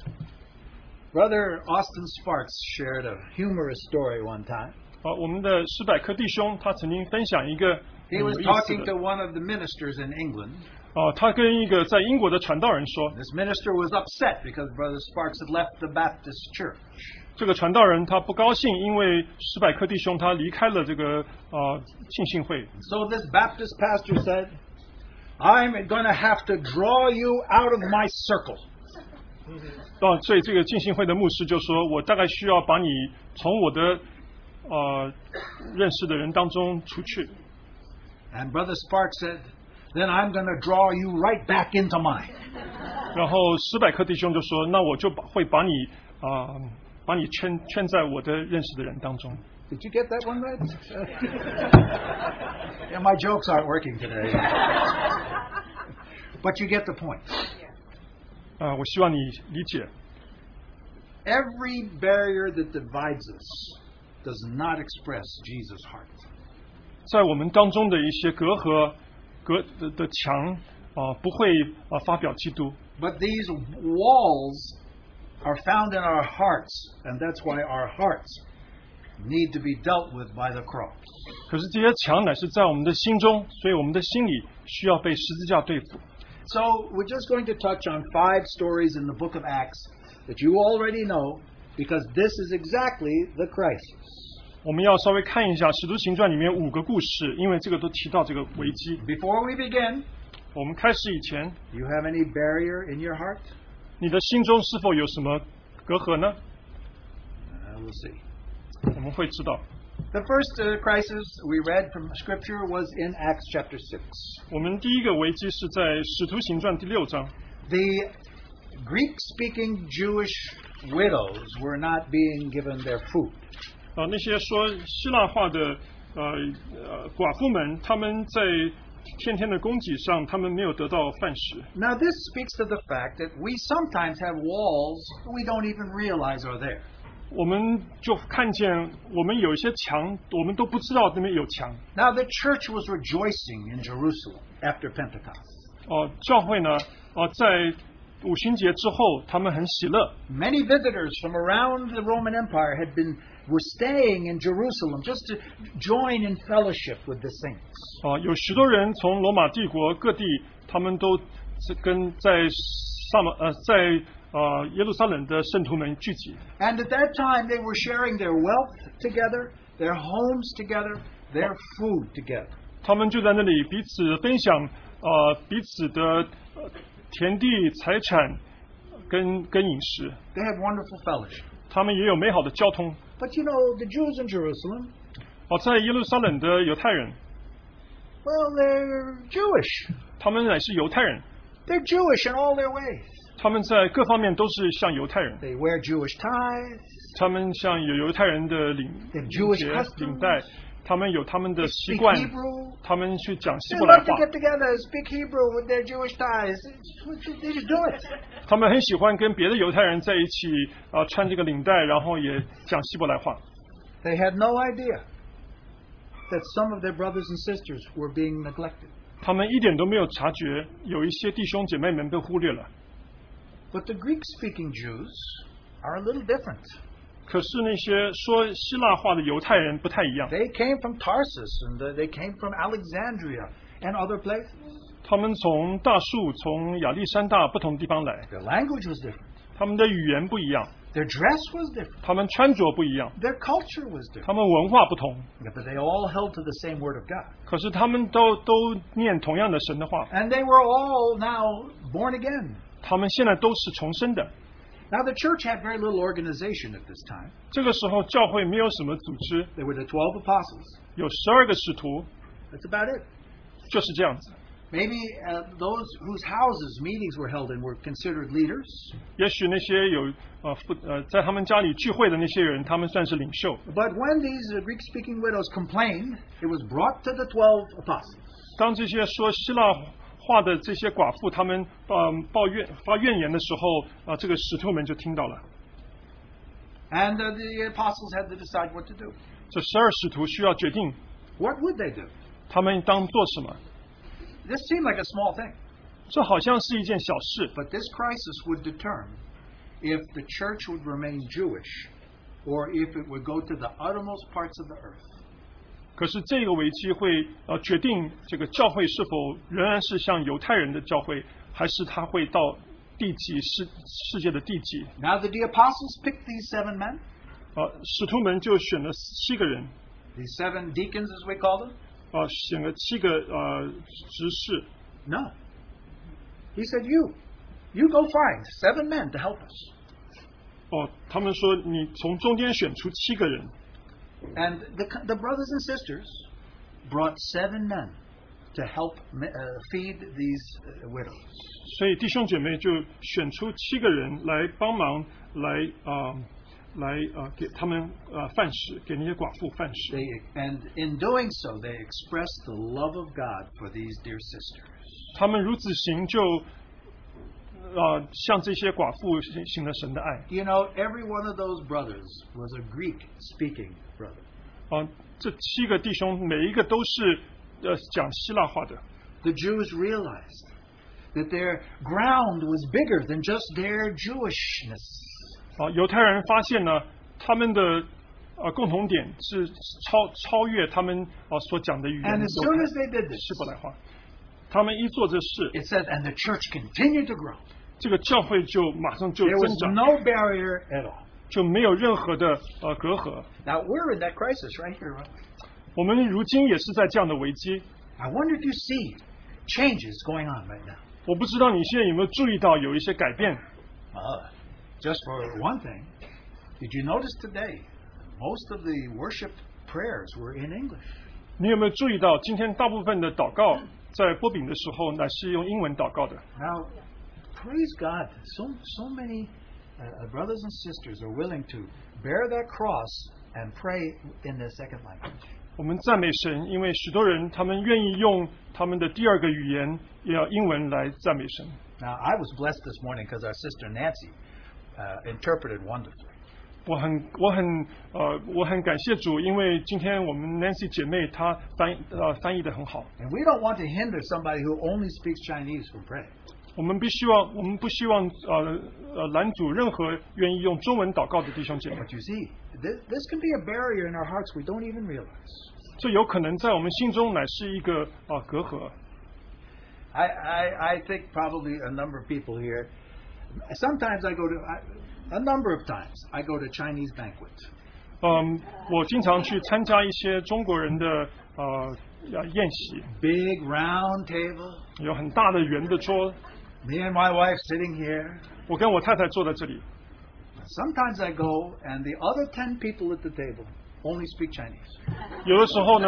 Speaker 1: Brother Austin Sparks shared a humorous story one time.
Speaker 2: 啊，我们的史百科弟兄他曾经分享一个
Speaker 1: He
Speaker 2: 很
Speaker 1: was
Speaker 2: 有意思
Speaker 1: talking
Speaker 2: 的
Speaker 1: to one of the ministers in England.
Speaker 2: 啊，他跟一个在英国的传道人说，
Speaker 1: This minister was upset because Brother Sparks had left the Baptist church.
Speaker 2: 这个传道人他不高兴，因为史百克弟兄他离开了这个啊庆信会，
Speaker 1: So this Baptist pastor said, I'm going to have to draw you out of my circle.
Speaker 2: 啊，所以这个浸信会的牧师就说：“我大概需要把你从我的呃认识的人当中除去。
Speaker 1: And Brother Spark said, Then I'm going to draw you right back into mine. ”
Speaker 2: 然后史百克弟兄就说：“那我就把会把你啊、把你圈圈在我的认识的人当中。
Speaker 1: Did you get that one right? yeah, my jokes aren't working today. but you get the point. ”
Speaker 2: 啊，我希望你理解，
Speaker 1: Every barrier that divides us does not express Jesus' heart.
Speaker 2: 在我们当中的一些隔阂、隔的的墙啊、不会啊、发表基督，
Speaker 1: But these walls are found in our hearts, and that's why our hearts need to be dealt with by the cross.
Speaker 2: 可是这些墙乃是在我们的心中，所以我们的心里需要被十字架对付。
Speaker 1: So we're just going to touch on five stories in the book of Acts that you already know because this is exactly the crisis.
Speaker 2: 我们要稍微看一下《使徒行传》里面五个故事，因为这个都提到这个危机。
Speaker 1: Before we begin,
Speaker 2: 我们开始以前，
Speaker 1: do you have any barrier in your heart?
Speaker 2: 你的心中是否有什么隔阂呢？
Speaker 1: Uh, we'll see.
Speaker 2: 我们会知道。
Speaker 1: The first uh, crisis we read from Scripture was in Acts chapter 6.
Speaker 2: 我们第一个危机是在《使徒行传》第六章，
Speaker 1: The Greek speaking Jewish widows were not being given their food.
Speaker 2: 啊、那些说希腊话的呃呃寡妇们，她们在天天的供给上，她们没有得到饭食。
Speaker 1: Now, this speaks to the fact that we sometimes have walls we don't even realize are there.
Speaker 2: 我们就看见我们有一些墙，我们都不知道那边有墙。
Speaker 1: Now, the church was rejoicing in Jerusalem after Pentecost.
Speaker 2: 哦、教会呢，哦、在五旬节之后，他们很喜乐。
Speaker 1: Many visitors from around the Roman Empire had been were staying in Jerusalem just to join in fellowship with the saints.
Speaker 2: 啊、有许多人从罗马帝国各地，他们都是跟在萨马呃在呃耶路撒冷的圣徒们聚集。
Speaker 1: And at that time, they were sharing their wealth together, their homes together, their food together.
Speaker 2: 他们就在那里彼此分享呃彼此的呃田地、财产跟跟饮食，
Speaker 1: They had wonderful fellowship.
Speaker 2: 他们也有美好的交通。
Speaker 1: But you know, the Jews in Jerusalem,
Speaker 2: 哦、在耶路撒冷的犹太人，
Speaker 1: well, they're Jewish.
Speaker 2: 他们乃是犹太人，
Speaker 1: They're Jewish in all their ways.
Speaker 2: 他们在各方面都是像犹太人，
Speaker 1: They wear Jewish ties,
Speaker 2: 他们像有犹太人的领
Speaker 1: They have
Speaker 2: 领
Speaker 1: Jewish
Speaker 2: 结
Speaker 1: customs.
Speaker 2: 领带，他们有他们的习
Speaker 1: speak
Speaker 2: 惯，
Speaker 1: Hebrew.
Speaker 2: 他们去讲希
Speaker 1: They
Speaker 2: 伯来
Speaker 1: love to
Speaker 2: 话。
Speaker 1: get together, speak Hebrew with their Jewish ties. They just do it.
Speaker 2: 他们很喜欢跟别的犹太人在一起，啊、穿这个领带，然后也讲希伯来话。
Speaker 1: They had no idea that some of their brothers and sisters were being neglected.
Speaker 2: 他们一点都没有察觉，有一些弟兄姐妹们被忽略了。
Speaker 1: But the Greek speaking Jews are a little different.
Speaker 2: 可是那些说希腊话的犹太人不太一样，
Speaker 1: They came from Tarsus and uh, they came from Alexandria and other places.
Speaker 2: 他们从大树、从亚历山大不同地方来，
Speaker 1: Their language was different.
Speaker 2: 他们的语言不一样，
Speaker 1: Their dress was different.
Speaker 2: 他们穿着不一样，
Speaker 1: Their culture was different.
Speaker 2: 他们文化不同，
Speaker 1: Yeah, But they all held to the same word of God.
Speaker 2: 可是他们都都念同样的神的话，
Speaker 1: And they were all now born again.
Speaker 2: 他们现在都是重生的。
Speaker 1: Now, the church had very little organization at this time.
Speaker 2: 这个时候，教会没有什么组织，
Speaker 1: There were the 12 apostles.
Speaker 2: 有十二个使徒，
Speaker 1: That's about it.
Speaker 2: 就是这样子。
Speaker 1: Maybe uh, those whose houses meetings were held in were considered leaders.
Speaker 2: 也许那些有呃不呃在他们家里聚会的那些人，他们算是领袖。
Speaker 1: But when these uh, Greek speaking widows complained, it was brought to the 12 apostles.
Speaker 2: 当这些说希腊话的这些寡妇他们嗯、抱怨发怨言的时候，啊、这个使徒们就听到了。
Speaker 1: And uh, the apostles had to decide what to do.
Speaker 2: 这十二使徒需要决定
Speaker 1: What would they do?
Speaker 2: 他们当做什么。
Speaker 1: This seemed like a small thing,
Speaker 2: 这好像是一件小事，
Speaker 1: but this crisis would determine if the church would remain Jewish or if it would go to the uttermost parts of the earth.
Speaker 2: 可是这个危机会呃决定这个教会是否仍然是像犹太人的教会，还是他会到地级世世界的地级。
Speaker 1: Now, did the apostles pick these seven men?
Speaker 2: 啊，使徒们就选了七个人，
Speaker 1: The seven deacons, as we call them?
Speaker 2: 啊，选了七个啊执事，
Speaker 1: No. He said, You, you go find seven men to help us.
Speaker 2: 哦，他们说你从中间选出七个人，
Speaker 1: And the, co- the brothers and sisters brought seven men to help mi- uh, feed these uh, widows.
Speaker 2: 所以弟兄姐妹就选出七个人来帮忙，来啊、来啊、给他们啊、饭食，给那些寡妇饭食。
Speaker 1: They, and in doing so, they expressed the love of God for these dear sisters.
Speaker 2: 他们如此行就，啊、向这些寡妇行行了神的爱。
Speaker 1: You know, every one of those brothers was a Greek speaking brother.
Speaker 2: 啊、这七个弟兄每一个都是呃讲希腊话的。
Speaker 1: The Jews realized that their ground was bigger than just their Jewishness.
Speaker 2: 啊、犹太人发现呢，他们的呃共同点是超超越他们啊、所讲的语言
Speaker 1: And
Speaker 2: 的
Speaker 1: as soon as they did this,
Speaker 2: 希伯来话。他们一做这事，
Speaker 1: it said, and the church continued to grow.
Speaker 2: 这个教会就马上就
Speaker 1: There
Speaker 2: 增
Speaker 1: was
Speaker 2: 长，
Speaker 1: no barrier at all.
Speaker 2: 就没有任何的呃隔阂。
Speaker 1: Now we're in that crisis right here. Aren't we?
Speaker 2: 我们如今也是在这样的危机，
Speaker 1: I wonder if you see changes going on right now.
Speaker 2: 我不知道你现在有没有注意到有一些改变。
Speaker 1: Uh, just for one thing, did you notice today most of the worship prayers were in English?
Speaker 2: 你有没有注意到，今天大部分的祷告在播饼的时候乃是用英文祷告的？
Speaker 1: Now, praise God, so so many uh, uh, brothers and sisters are willing to bear that cross and pray in their second language.
Speaker 2: 我们赞美神，因为许多人他们愿意用他们的第二个语言，也要英文来赞美神。
Speaker 1: Now, I was blessed this morning because our sister Nancy uh, interpreted wonderfully.
Speaker 2: 我很我很呃我很感谢主，因为今天我们 Nancy 姐妹她翻呃翻译的很好。
Speaker 1: And we don't want to hinder somebody who only speaks Chinese from praying.
Speaker 2: 我们必须望我们不希望呃呃拦阻任何愿意用中文祷告的弟兄姐妹。
Speaker 1: But you see, this, this can be a barrier in our hearts we don't even realize.
Speaker 2: 这有可能在我们心中乃是一个啊、呃隔阂。
Speaker 1: I, I, I think probably a number of people here, sometimes I go to, I, a number of times, I go to Chinese banquets.
Speaker 2: 嗯，我经常去参加一些中国人的呃呃宴席，
Speaker 1: Big round table,
Speaker 2: 有很大的圆的桌，
Speaker 1: me and my wife sitting here.
Speaker 2: 我跟我太太坐在这里。
Speaker 1: Sometimes I go and the other 10 people at the table only speak Chinese.
Speaker 2: 有的时候呢，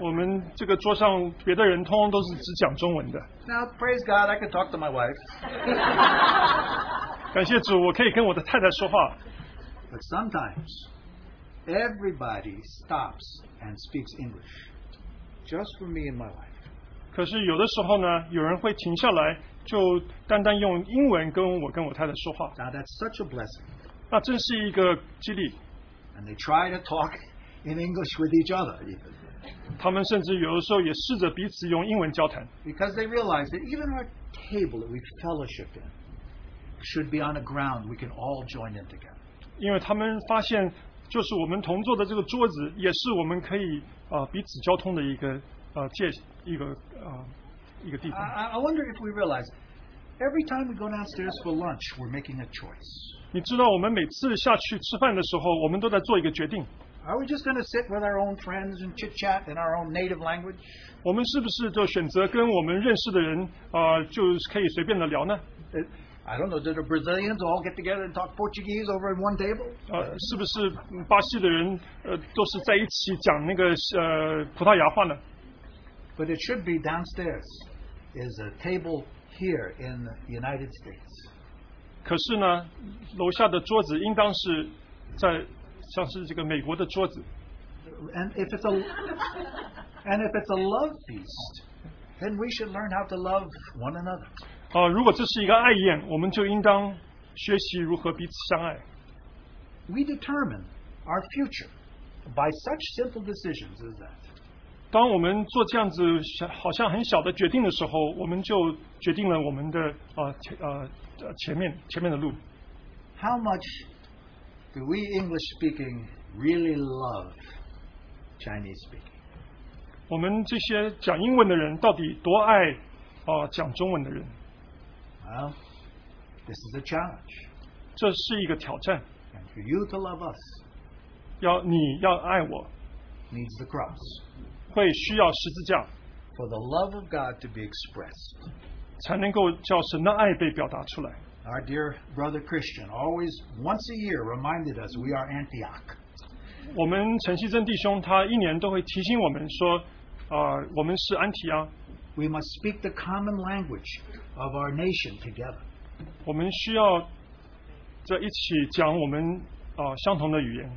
Speaker 2: 我们这个桌上别的人通通都是只讲中文的。
Speaker 1: Now, praise God, I can talk to my wife.
Speaker 2: 感谢主，我可以跟我的太太说话。
Speaker 1: But sometimes everybody stops and speaks English just for me and my wife.
Speaker 2: 可是有的时候呢，有人会停下来，就单单用英文跟我跟我太太说话，
Speaker 1: Now that's such a blessing.
Speaker 2: 那真是一个激励。
Speaker 1: And they try to talk in English with each other even
Speaker 2: 他们甚至有的时候也试着彼此用英文交谈，
Speaker 1: because they realize that even our table that we fellowship in should be on a ground we can all join in together.
Speaker 2: 因为他们发现，就是我们同坐的这个桌子，也是我们可以啊、呃彼此交通的一个呃界一个啊、呃、一个地
Speaker 1: I-
Speaker 2: 方。
Speaker 1: I, I wonder if we realize every time we go downstairs for lunch, we're making a choice.
Speaker 2: 你知道，我们每次下去吃饭的时候，我们都在做一个决定：
Speaker 1: Are we just going to sit with our own friends and chit chat in our own native language?
Speaker 2: 我们是不是就选择跟我们认识的人啊、呃就是可以随便的聊呢？
Speaker 1: It- I don't know. Did the Brazilians all get together and talk Portuguese over at one table?
Speaker 2: 呃，是不是嗯巴西的人呃都是在一起讲那个呃葡萄牙话呢？
Speaker 1: But it should be downstairs. Is a table here in the United States
Speaker 2: 可是呢，楼下的桌子应当是在像是这个美国的桌子，
Speaker 1: and if it's a and if it's a love feast, then we should learn how to love one another.
Speaker 2: 啊、如果这是一个爱宴，我们就应当学习如何彼此相爱。
Speaker 1: We determine our future by such simple decisions as that.
Speaker 2: 当我们做这样子小好像很小的决定的时候，我们就决定了我们的啊前啊呃前面前面的路。
Speaker 1: How much do we English speaking really love Chinese speaking?
Speaker 2: 我们这些讲英文的人到底多爱啊、讲中文的人？
Speaker 1: Well, this is a challenge.
Speaker 2: 这是一个挑战。
Speaker 1: And for you to love us,
Speaker 2: 要你要爱我，
Speaker 1: needs the cross
Speaker 2: 会需要十字架，
Speaker 1: for the love of God to be expressed.
Speaker 2: 才能够叫神的爱被表达出来。
Speaker 1: Our dear brother Christian always, once a year, reminded us we are Antioch.
Speaker 2: 我们陈锡珍弟兄他一年都会提醒我们说，啊、我们是安提阿，
Speaker 1: We must speak the common language of our nation together.
Speaker 2: 我们需要在一起讲我们啊、相同的语言。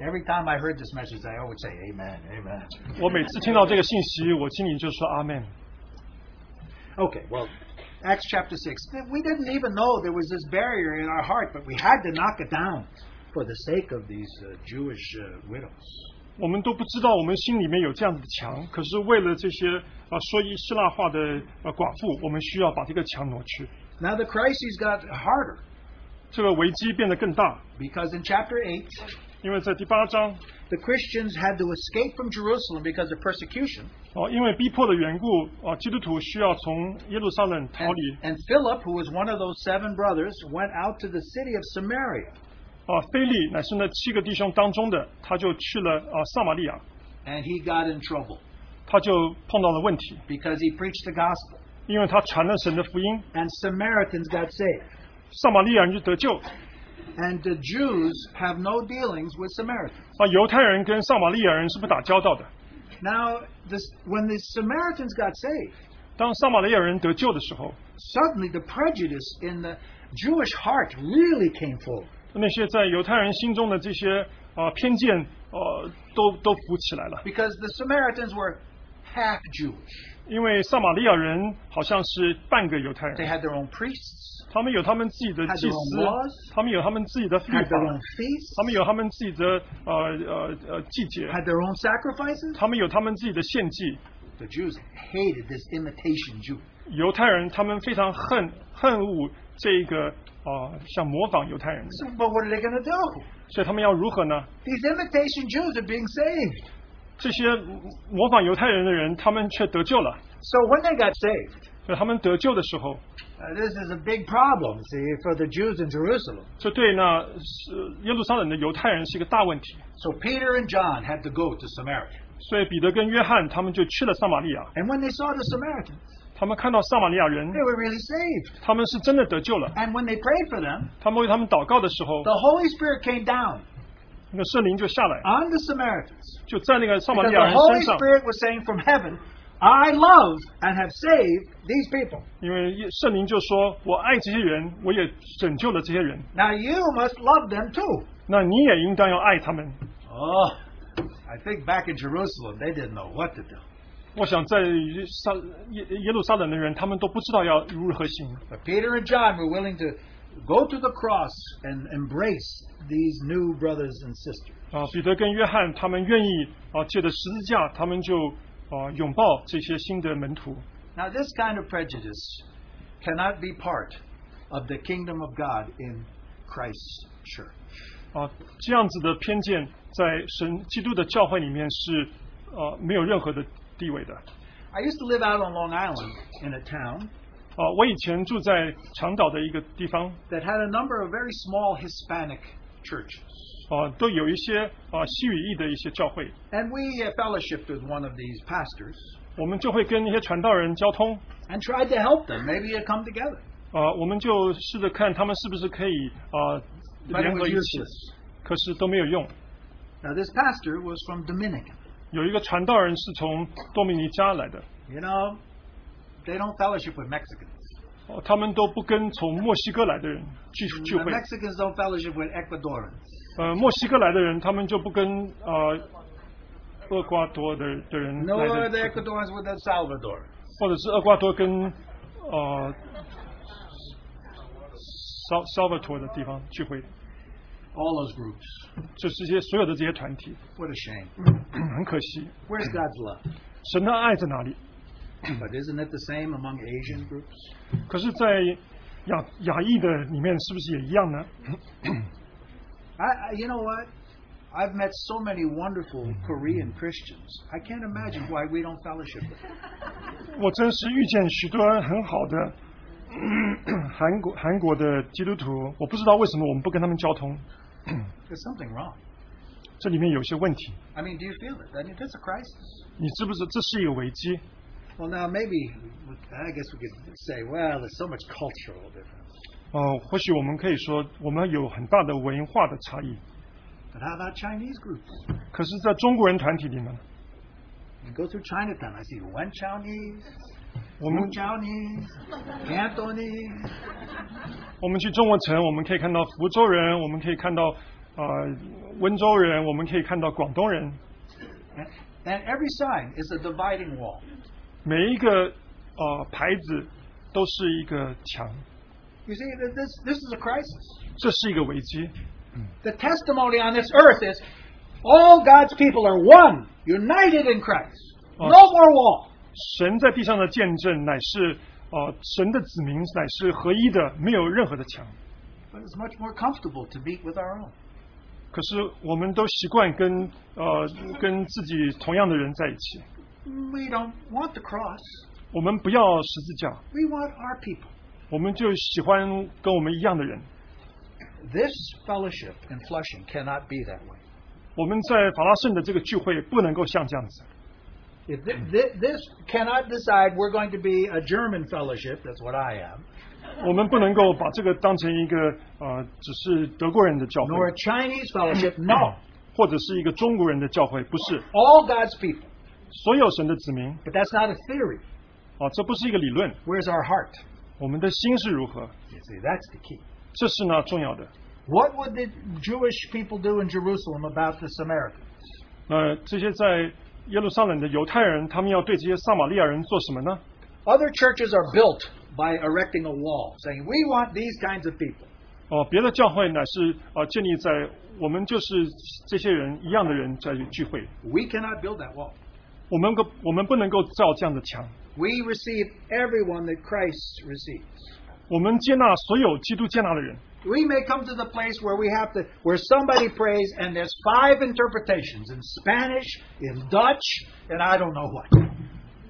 Speaker 1: Every time I heard this message, I always say, Amen, Amen.
Speaker 2: 我每次听到这个信息，我心里就说阿门。
Speaker 1: Okay, well, Acts chapter 6. Th- We didn't even know there was this barrier in our heart, but we had to knock it down for the sake of these uh, Jewish uh, widows.
Speaker 2: 我们都不知道我们心里面有这样子的墙，可是为了这些啊、说一希腊话的呃寡妇，我们需要把这个墙挪去。
Speaker 1: Now the crises got harder
Speaker 2: 这个危机变得更大，
Speaker 1: because in chapter 8,
Speaker 2: 因为在第八章
Speaker 1: the Christians had to escape from Jerusalem because of persecution.
Speaker 2: 哦，因为逼迫的缘故，哦，基督徒需要从耶路撒冷逃
Speaker 1: And,
Speaker 2: 离。
Speaker 1: and Philip, who was one of those seven brothers, went out to the city of Samaria
Speaker 2: 啊，菲利乃是那七个弟兄当中的，他就去了啊撒玛利亚，
Speaker 1: and he got in trouble
Speaker 2: 他就碰到了问题，
Speaker 1: because he preached the gospel.
Speaker 2: 因为他传了神的福音，
Speaker 1: And Samaritans got saved.
Speaker 2: 撒玛利亚人就得救。啊
Speaker 1: And the Jews have no dealings with Samaritans.
Speaker 2: 啊，犹太人跟撒玛利亚人是不打交道的。
Speaker 1: Now, this, when the Samaritans got saved,
Speaker 2: 当撒玛利亚人得救的时候，
Speaker 1: suddenly the prejudice in the Jewish heart really came forward.
Speaker 2: 那些在犹太人心中的这些啊、偏见，呃，都都浮起来了。
Speaker 1: because the Samaritans were half Jewish.
Speaker 2: 因为撒玛利亚人好像是半个犹太
Speaker 1: They
Speaker 2: 人，
Speaker 1: had their own priests,
Speaker 2: 他们有他们自己的
Speaker 1: Had
Speaker 2: 祭司
Speaker 1: their own laws，
Speaker 2: 他们有他们自己的律
Speaker 1: had
Speaker 2: 法
Speaker 1: their，own feasts,
Speaker 2: 他们有他们自己的呃呃呃季节，
Speaker 1: had their own sacrifices.
Speaker 2: 他们有他们自己的献祭。
Speaker 1: The Jews hated this imitation Jew.
Speaker 2: 犹太人他们非常恨恨恶这个啊、呃想模仿犹太人的，
Speaker 1: So, but what are they going to do?
Speaker 2: 所以他们要如何呢？
Speaker 1: These imitation Jews are being saved.
Speaker 2: 这些模仿犹太人的人，他们却得救了。
Speaker 1: So when they got saved,
Speaker 2: 所以他们得救的时候，
Speaker 1: uh, this is a big problem, see, for the Jews in Jerusalem.
Speaker 2: 这对那是耶路撒冷的犹太人是一个大问题。
Speaker 1: So Peter and John had to go to Samaria.
Speaker 2: 所以彼得跟约翰他们就去了撒玛利亚，
Speaker 1: And when they saw the Samaritans,
Speaker 2: 他们看到撒玛利亚人
Speaker 1: they，were really saved.
Speaker 2: 他们是真的得救了。
Speaker 1: And when they prayed for them,
Speaker 2: 他们为他们祷告的时候，
Speaker 1: the Holy Spirit came down
Speaker 2: 那个圣灵就下来，
Speaker 1: on the Samaritans.
Speaker 2: 就在那个撒玛
Speaker 1: 啊 Because
Speaker 2: 利亚
Speaker 1: the
Speaker 2: 人
Speaker 1: Holy
Speaker 2: 身上，
Speaker 1: Spirit was saying from heaven, I love and have saved these people.
Speaker 2: 因为圣灵就说：“我爱这些人，我也拯救了这些人，
Speaker 1: Now you must love them too.
Speaker 2: 那你也应当要爱他们。
Speaker 1: Oh, I think back in Jerusalem, they didn't know what to do. ”
Speaker 2: 我想在撒耶耶路撒冷的人，他们都不知道要如何行。
Speaker 1: But Peter and John were willing to go to the cross and embrace these new brothers and sisters.
Speaker 2: 啊，彼得跟约翰他们愿意啊，借着十字架，他们就啊拥抱这些新的门徒。
Speaker 1: Now, this kind of prejudice cannot be part of the kingdom of God in Christ's church.
Speaker 2: 啊，这样子的偏见在神基督的教会里面是呃没有任何的地位的。
Speaker 1: I used to live out on Long Island in a town
Speaker 2: 啊，我以前住在长岛的一个地方，
Speaker 1: that had a number of very small Hispanic churches.
Speaker 2: 啊，都有一些啊西语裔的一些教会，
Speaker 1: And we uh, fellowshiped with one of these pastors
Speaker 2: 我们就会跟那些传道人交通，
Speaker 1: and tried to help them. Maybe it come together.
Speaker 2: 啊，我们就试着看他们是不是可以啊
Speaker 1: But it
Speaker 2: 联合
Speaker 1: was
Speaker 2: 一起，
Speaker 1: useless.
Speaker 2: 可是都没有用。
Speaker 1: Now, this pastor was from Dominican.
Speaker 2: 有一个传道人是从多米尼加来的，
Speaker 1: You know, they don't fellowship with Mexicans.
Speaker 2: 哦，他们都不跟从墨西哥来的人聚聚
Speaker 1: The
Speaker 2: 会，
Speaker 1: Mexicans don't fellowship with Ecuadorians.
Speaker 2: 呃，墨西哥来的人他们就不跟呃厄瓜多的的人
Speaker 1: No
Speaker 2: 来
Speaker 1: the
Speaker 2: 的，
Speaker 1: Ecuadorians with El Salvador.
Speaker 2: 或者是厄瓜多跟呃 Sal Salvatore 的地方聚会。
Speaker 1: All those groups.
Speaker 2: 这世界所有的这些团体，
Speaker 1: What a shame.
Speaker 2: 很可惜，
Speaker 1: Where's God's love?
Speaker 2: 神的爱在哪里？
Speaker 1: But isn't it the same among Asian groups?
Speaker 2: 可是，在亚亚裔的里面，是不是也一样呢？
Speaker 1: I, I, you know what? I've met so many wonderful Korean Christians. I can't imagine why we don't fellowship with them.
Speaker 2: 我真是遇见许多很好的 嗯韩国韩国的基督徒，我不知道为什么我们不跟他们交通，
Speaker 1: There's something wrong.
Speaker 2: 这里面有些问题，
Speaker 1: I mean, do you feel it? I mean, if it's a crisis.
Speaker 2: 你知不知这是一个危机？
Speaker 1: Well, now maybe I guess we could say, well, there's so much cultural difference.
Speaker 2: 呃，或许我们可以说，我们有很大的文化的差异。
Speaker 1: But how about Chinese groups?
Speaker 2: 可是，在中国人团体里面，
Speaker 1: You go through Chinatown, I see one Chinese, two
Speaker 2: 我们
Speaker 1: Chinese, Cantonese.
Speaker 2: 我们去中国城，我们可以看到福州人，我们可以看到呃温州人，我们可以看到广东人，
Speaker 1: And- And every sign is a dividing wall.
Speaker 2: 每一个呃牌子都是一个墙，
Speaker 1: You see, th- this, this is a crisis.
Speaker 2: 这是一个危机。
Speaker 1: The testimony on this earth is all God's people are one, united in Christ.
Speaker 2: Oh.
Speaker 1: No more wall.
Speaker 2: 神在地上的见证乃是呃神的子民乃是合一的，没有任何的墙。
Speaker 1: But it's much more comfortable to meet with our own.
Speaker 2: 可是我们都习惯跟呃跟自己同样的人在一起，
Speaker 1: We don't want the cross.
Speaker 2: 我们不要十字架，
Speaker 1: We want our people.
Speaker 2: 我们就喜欢跟我们一样的人。
Speaker 1: This fellowship in Flushing cannot be that way.
Speaker 2: 我们在法拉盛的这个聚会不能够像这样子。
Speaker 1: If thi- thi- this cannot decide we're going to be a German fellowship, that's what I am,
Speaker 2: 我们不能够把这个当成一个呃，只是德国人的教会，
Speaker 1: nor a Chinese fellowship, no.
Speaker 2: 或者是一个中国人的教会，不是
Speaker 1: All God's people.
Speaker 2: 所有神的子民
Speaker 1: But that's not a theory.
Speaker 2: 啊，这不是一个理论。
Speaker 1: Where's our heart?
Speaker 2: 我们的心是如何，
Speaker 1: You see, that's the key.
Speaker 2: 这是呢重要的。
Speaker 1: What would the Jewish people do in Jerusalem about the Samaritans?
Speaker 2: 那这些在耶路撒冷的犹太人，他们要对这些撒玛利亚人做什么呢？
Speaker 1: Other churches are built by erecting a wall, saying, We want these kinds of people.
Speaker 2: 哦、别的教会乃是呃建立在我们就是这些人一样的人在聚会，
Speaker 1: We cannot build that wall.
Speaker 2: 我们不我们不能够造这样的墙，
Speaker 1: We receive everyone that Christ receives.
Speaker 2: 我们接纳所有基督接纳的人。
Speaker 1: We may come to the place where we have to, where somebody prays and there's five interpretations in Spanish, in Dutch, and I don't know what.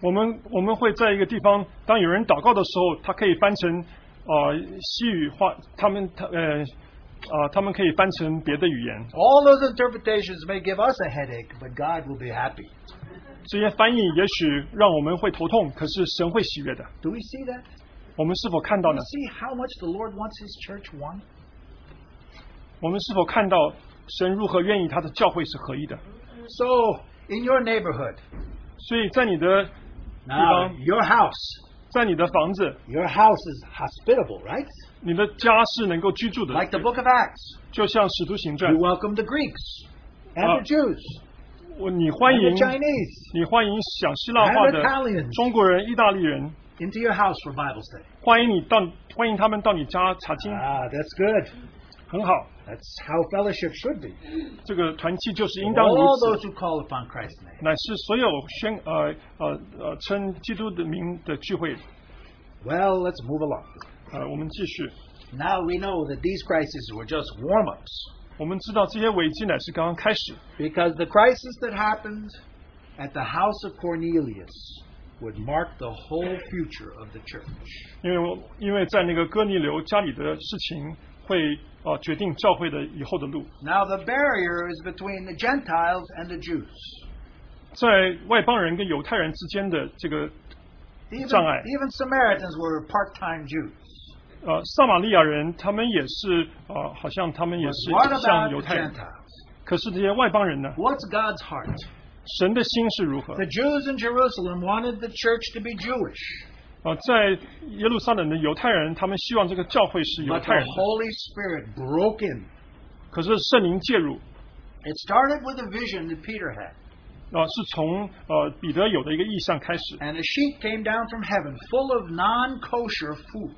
Speaker 2: 我们我们会在一个地方，当有人祷告的时候，他可以翻成呃西语话，他们他呃呃他们可以翻成别的语言。
Speaker 1: All those interpretations may give us a headache, but God will be happy.
Speaker 2: 这些翻译也许让我们会头痛，可是神会喜悦的。
Speaker 1: Do we see that?
Speaker 2: 我们是否看
Speaker 1: Do
Speaker 2: 到呢
Speaker 1: we？see how much the Lord wants His church one?
Speaker 2: 我们是否看到神如何愿意他的教会是合一的？
Speaker 1: So, in your neighborhood,
Speaker 2: 所以在你的
Speaker 1: now
Speaker 2: Yeah.
Speaker 1: your house,
Speaker 2: 在你的房子，
Speaker 1: your house is hospitable, right?
Speaker 2: 你的家是能够居住的，
Speaker 1: Like the Book of Acts,
Speaker 2: 就像使徒行传
Speaker 1: you，welcome the Greeks and
Speaker 2: Uh,
Speaker 1: the Jews
Speaker 2: 我你欢
Speaker 1: and
Speaker 2: 迎
Speaker 1: the Chinese
Speaker 2: 你欢迎想希腊化
Speaker 1: and
Speaker 2: 的
Speaker 1: Italians
Speaker 2: 中国人、意大利人。
Speaker 1: into your house for Bible study.
Speaker 2: 欢迎你到，欢迎他们到你家查经，
Speaker 1: Ah, that's good.
Speaker 2: 很好。
Speaker 1: That's how fellowship should be.
Speaker 2: 这个团契就是应当如
Speaker 1: All
Speaker 2: 此
Speaker 1: those，who call upon Christ's name.
Speaker 2: 乃是所有宣呃呃呃称基督的名的聚会。
Speaker 1: Well, let's move along.
Speaker 2: 呃，我们继续。
Speaker 1: Now we know that these crises were just warm ups
Speaker 2: 我们知道这些危机乃是刚刚开始，
Speaker 1: because the crisis that happened at the house of Cornelius would mark the whole future of the church.
Speaker 2: 因为我因为在那个哥尼流家里的事情会呃决定教会的以后的路。
Speaker 1: Now the barrier is between the Gentiles and the Jews.
Speaker 2: 在外邦人跟犹太人之间的这个
Speaker 1: Even,
Speaker 2: Shanghai.
Speaker 1: even Samaritans were part time Jews.
Speaker 2: 呃撒玛利亚人，他们也是呃好像他们也
Speaker 1: But
Speaker 2: 是
Speaker 1: what
Speaker 2: 像
Speaker 1: about
Speaker 2: 犹
Speaker 1: the
Speaker 2: 太人，
Speaker 1: Gentiles?
Speaker 2: 可是这些外邦人呢，
Speaker 1: What's God's heart?
Speaker 2: 神的心是如何？
Speaker 1: The Jews in Jerusalem wanted the church to be Jewish,
Speaker 2: 啊，在耶路撒冷的犹太人，他们希望这个教会是犹
Speaker 1: but
Speaker 2: 太人
Speaker 1: the
Speaker 2: 的，
Speaker 1: Holy Spirit broke in.
Speaker 2: 可是圣灵介入，
Speaker 1: It started with a vision that Peter had,
Speaker 2: 啊，是从呃彼得有的一个意象开始，
Speaker 1: and a sheet came down from heaven full of non kosher food.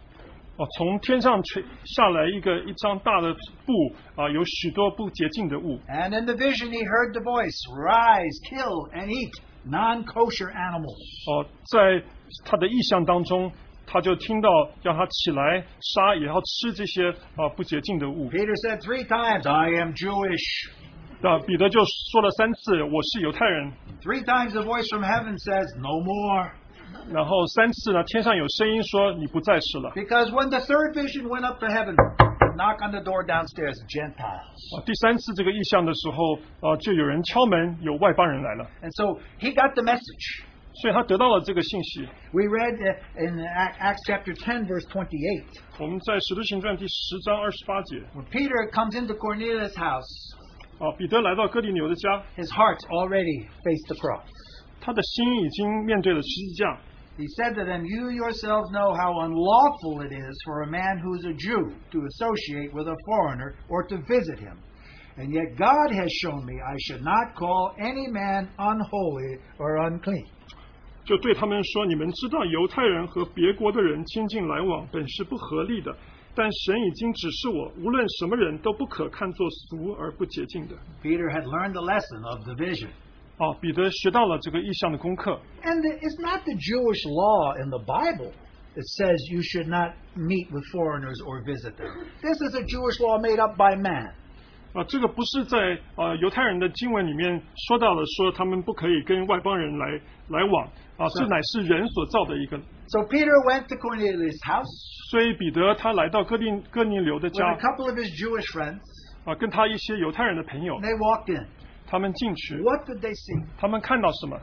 Speaker 2: 哦、从天上垂下来一个一张大的布，啊、有许多不洁净的物，
Speaker 1: And in the vision, he heard the voice Rise, kill, and eat non kosher animals.
Speaker 2: 哦、在他的意象当中，他就听到让他起来杀，也要吃这些啊、不洁净的物。
Speaker 1: Peter said three times, I am Jewish.
Speaker 2: 那、彼得就说了三次我是犹太人，
Speaker 1: Three times the voice from heaven says, No more.
Speaker 2: 然后三次呢天上有声音说你不再是了。
Speaker 1: Because when the third vision went up to heaven, knock on the door downstairs, Gentiles.
Speaker 2: 啊，第三次这个意象的时候，啊，就有人敲门，有外邦人来了，
Speaker 1: And so he got the message.
Speaker 2: 所以他得到了这个信息。
Speaker 1: We read uh, in Ac- Acts chapter 10, verse 28,
Speaker 2: 我们在《使徒行传》第十章二十八节，
Speaker 1: when Peter comes into Cornelius' house,
Speaker 2: 啊，彼得来到哥底流的家，
Speaker 1: his heart already faced the cross.
Speaker 2: 他的心已经面对了十字架。
Speaker 1: He said to them, You yourselves know how unlawful it is for a man who is a Jew to associate with a foreigner or to visit him. And yet God has shown me I should not call any man unholy or unclean.
Speaker 2: 就对他们说：“你们知道犹太人和别国的人亲近来往本是不合理的，但神已经指示我，无论什么人都不可看作俗而不洁净的。
Speaker 1: Peter had learned the lesson of division. ”
Speaker 2: 啊，彼得学到了这个意象的功课。
Speaker 1: And it's not the Jewish law in the Bible that says you should not meet with foreigners or visit them. This is a Jewish law made up by man.
Speaker 2: 啊，这个不是在啊犹太人的经文里面说到了，说他们不可以跟外邦人来来往啊，
Speaker 1: 是
Speaker 2: 这乃是人所造的一个。
Speaker 1: So Peter went to Cornelius' house
Speaker 2: 所以彼得他来到哥定哥尼流的
Speaker 1: with
Speaker 2: 家
Speaker 1: a couple of his Jewish friends.
Speaker 2: 啊，跟他一些犹太人的朋友
Speaker 1: and，They walked in.
Speaker 2: 他们进去，
Speaker 1: What did they see?
Speaker 2: 他们看到什么？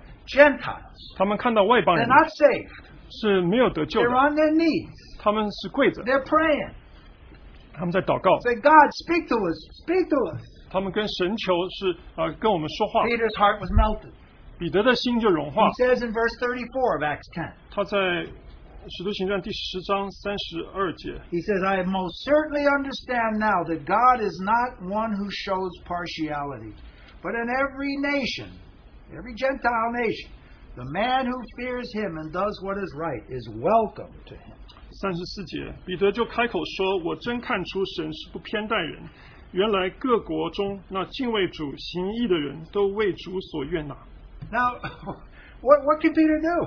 Speaker 1: Gentiles.
Speaker 2: 他们看到外邦
Speaker 1: They're
Speaker 2: 人
Speaker 1: not saved.
Speaker 2: 是没有得救
Speaker 1: They're
Speaker 2: 的。
Speaker 1: on their knees.
Speaker 2: 他们是跪着，
Speaker 1: They're praying.
Speaker 2: 他们在祷告，
Speaker 1: Say, God, speak to us. Speak to us.
Speaker 2: 他们跟神求是啊、呃跟我们说话。
Speaker 1: Peter's heart was melted.
Speaker 2: 彼得的心就融化
Speaker 1: He，says in verse 34 of Acts 10,
Speaker 2: 他在《使徒行传》第十章三十二节，
Speaker 1: he says, I most certainly understand now that God is not one who shows partiality, but in every nation, every Gentile nation, the man who fears him and does what is right is welcome to him.
Speaker 2: 三十四节，彼得就开口说：“我真看出神是不偏待人，原来各国中那敬畏主行义的人都为主所悦纳。
Speaker 1: Now, what, what can Peter do? ”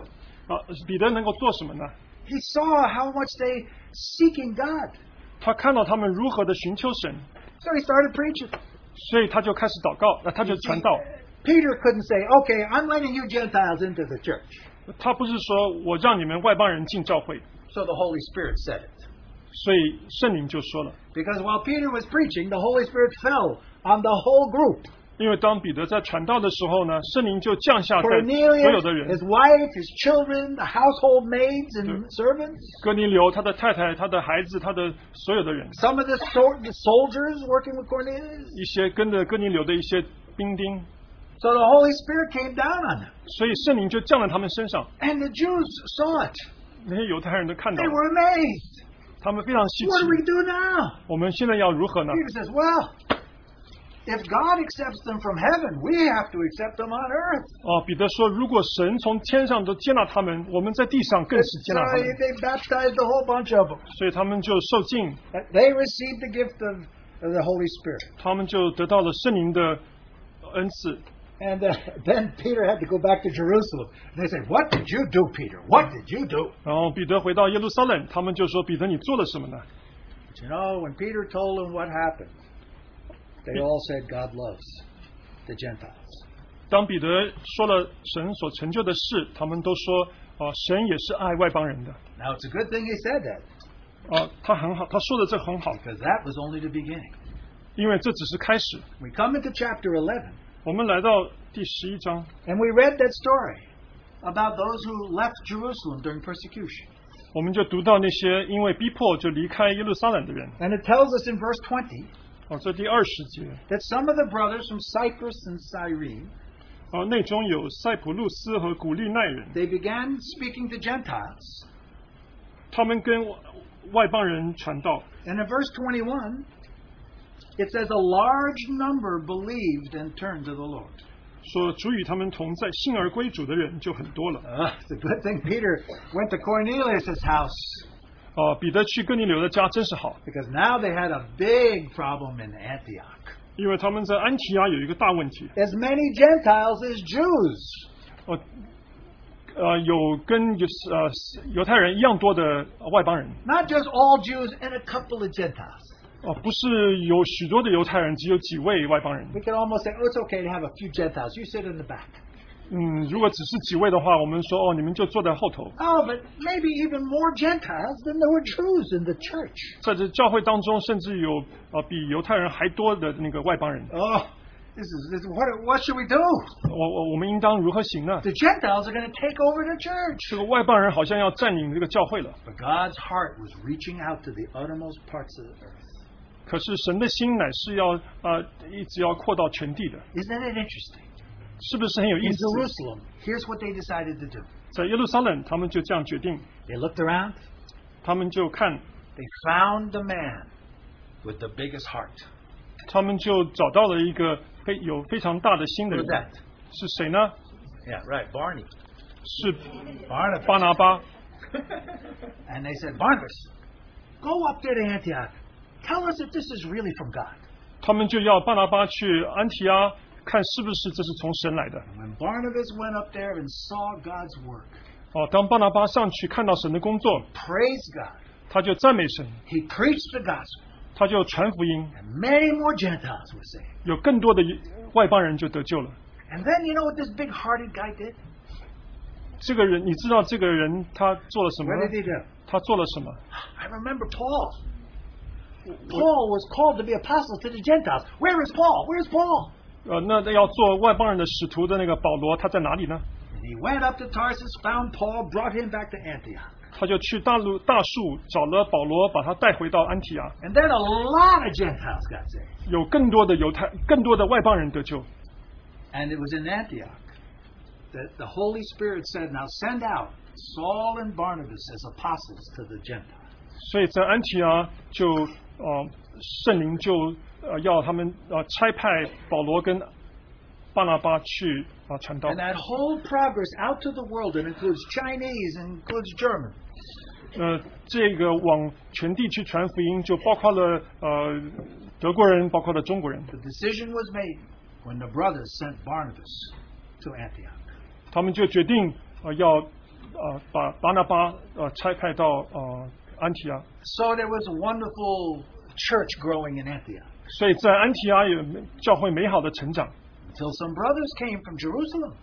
Speaker 2: 啊，彼得能够做什么呢？
Speaker 1: He saw how much they seeking God.
Speaker 2: 他看到他们如何的寻求神，
Speaker 1: So he started preaching.
Speaker 2: 所以他就开始祷告，那他就传道。
Speaker 1: Peter couldn't say, okay, I'm letting you Gentiles into the church.
Speaker 2: 他不是说我让你们外邦人进教会，
Speaker 1: So the Holy Spirit said it.
Speaker 2: 所以圣灵就说了。
Speaker 1: Because while Peter was preaching, the Holy Spirit fell on the whole group.
Speaker 2: 因为当彼得在传道的时候呢，圣灵就降下在所有
Speaker 1: Cornelius,
Speaker 2: 的人，
Speaker 1: his wife, his children, the household maids and servants.
Speaker 2: 哥尼流、他的太太、他的孩子、他的所有的人，
Speaker 1: Some of the, sor- the soldiers working with Cornelius.
Speaker 2: 一些跟着哥尼流的一些兵丁，
Speaker 1: So the Holy Spirit came down on them.
Speaker 2: 所以圣灵就降在他们身上。
Speaker 1: And the Jews saw it.
Speaker 2: 那些犹太人都看到
Speaker 1: They
Speaker 2: 了，
Speaker 1: were amazed.
Speaker 2: 他们非常稀
Speaker 1: What do we
Speaker 2: 奇。
Speaker 1: do now?
Speaker 2: 我们现在要如何呢？
Speaker 1: Peter says, Well, if God accepts them from heaven, we have to accept them on earth.
Speaker 2: 哦，彼得说，如果神从天上都接纳他们，我们在地上更是接
Speaker 1: So
Speaker 2: 纳他们
Speaker 1: they，they baptized a whole bunch of them.
Speaker 2: 所以他们就受尽，
Speaker 1: They received the gift of, of the Holy Spirit.
Speaker 2: 他们就得到了圣灵的恩赐。
Speaker 1: And uh, then Peter had to go back to Jerusalem. And they said, What did you do, Peter? What did you do?
Speaker 2: 然后彼得回到耶路撒冷，他们就说：“彼得，你做了什么呢？”
Speaker 1: But you know, "Oh, when Peter told them what happened, they all said, God loves the Gentiles.
Speaker 2: 当彼得说了神所成就的事，他们都说啊，神也是爱外邦人的
Speaker 1: Now, it's a good thing he said that,
Speaker 2: 啊，他很好，他说的这很好，
Speaker 1: because that was only the beginning.
Speaker 2: 因为这只是开始。
Speaker 1: We come into chapter 11.
Speaker 2: 我们来到第十一章，
Speaker 1: And we read that story about those who left Jerusalem during persecution.
Speaker 2: 我们就读到那些因为逼迫就离开耶路撒冷的人
Speaker 1: And it tells us in verse 20
Speaker 2: 啊，这第二十节
Speaker 1: that some of the brothers from Cyprus and Cyrene,
Speaker 2: 啊，内中有塞浦路斯和古利奈人，
Speaker 1: they began speaking to Gentiles.
Speaker 2: 他们跟外邦人传道。
Speaker 1: And in verse 21, it says a large number believed and turned to the Lord.
Speaker 2: 说主与他们同在，信而归主的人就很多了。
Speaker 1: Uh, it's a good thing Peter went to Cornelius' house
Speaker 2: 啊，彼得去哥尼流的家真是好，
Speaker 1: because now they had a big problem in Antioch.
Speaker 2: 因为他们在安提亚有一个大问题，
Speaker 1: As many Gentiles as Jews.
Speaker 2: 呃呃，有跟犹呃犹太人一样多的外邦人
Speaker 1: Not just all Jews and a couple of Gentiles.
Speaker 2: 哦、不是有许多的犹太人，只有几位外邦人。
Speaker 1: We could almost say, oh, it's okay to have a few Gentiles. You sit in the back.
Speaker 2: 嗯，如果只是几位的话，我们说哦，你们就坐在后头。
Speaker 3: Oh, but maybe even more Gentiles than there were Jews in the church.
Speaker 2: 在这教会当中，甚至有呃比犹太人还多的那个外邦人。
Speaker 1: Oh, this is this, what? What should we do?
Speaker 2: 我我我们应当如何行呢？
Speaker 3: The Gentiles are going to take over the church.
Speaker 2: 这个外邦人好像要占领这个教会了，
Speaker 1: But God's heart was reaching out to the uttermost parts of the earth.
Speaker 2: 可是神的心乃是要呃一直要扩到全地的，
Speaker 1: Isn't it interesting?
Speaker 2: 是不是很有意
Speaker 1: In
Speaker 2: 思？
Speaker 1: Jerusalem, here's what they decided to do.
Speaker 2: 在耶路撒冷，他们就这样决定，
Speaker 1: They looked around.
Speaker 2: 他们就看，
Speaker 1: They found the man with the biggest heart.
Speaker 2: 他们就找到了一个非有非常大的心的
Speaker 1: Who's
Speaker 2: 人，
Speaker 1: that?
Speaker 2: 是谁呢？
Speaker 1: Yeah, right. Barney.
Speaker 2: 是
Speaker 1: Barnabas.
Speaker 2: 巴拿巴。
Speaker 1: And they said, Barnabas, go up there to Antioch. Tell us if this is really from God.
Speaker 2: 他们就要巴拿巴去安提阿看是不是这是从神来的。
Speaker 1: And when Barnabas went up there and saw God's work,
Speaker 2: 哦，当巴拿巴上去看到神的工作，
Speaker 1: praise God,
Speaker 2: 他就赞美神，
Speaker 1: he preached the gospel,
Speaker 2: 他就传福音，
Speaker 1: and many more Gentiles were saved.
Speaker 2: 有更多的外邦人就得救了。
Speaker 1: And then you know what this big hearted guy did?
Speaker 2: 这个人，你知道这个人他做了什么
Speaker 1: What
Speaker 2: 呢
Speaker 1: did he do?
Speaker 2: 他做了什么？
Speaker 1: I remember Paul. Paul was called to be apostle to the Gentiles. Where is Paul? Where's Paul?
Speaker 2: 呃，那那要做外邦人的使徒的那个保罗，他在哪里呢？
Speaker 1: And he went up to Tarsus, found Paul, brought him back to Antioch.
Speaker 2: 他就去大陆大树找了保罗，把他带回到安提阿。
Speaker 1: And then a lot of Gentiles got saved.
Speaker 2: 有更多的犹太，更多的外邦人得救。
Speaker 1: And it was in Antioch that the Holy Spirit said, Now send out Saul and Barnabas as apostles to the Gentiles.
Speaker 2: 所以在安提阿就呃圣灵就呃要他们呃差派保罗跟巴拿巴去啊、呃传道
Speaker 1: And。that whole progress out to the world that includes Chinese and includes German.
Speaker 2: 呃，这个往全地去传福音，就包括了呃德国人，包括了中国人。
Speaker 1: The decision was made when the brothers sent Barnabas to Antioch.
Speaker 2: 他们就决定呃要呃把巴拿巴呃差派到呃安提阿，
Speaker 1: So there was a wonderful church growing in Antioch
Speaker 2: 所以在安提阿有教会美好的成长，
Speaker 1: until some brothers came from Jerusalem.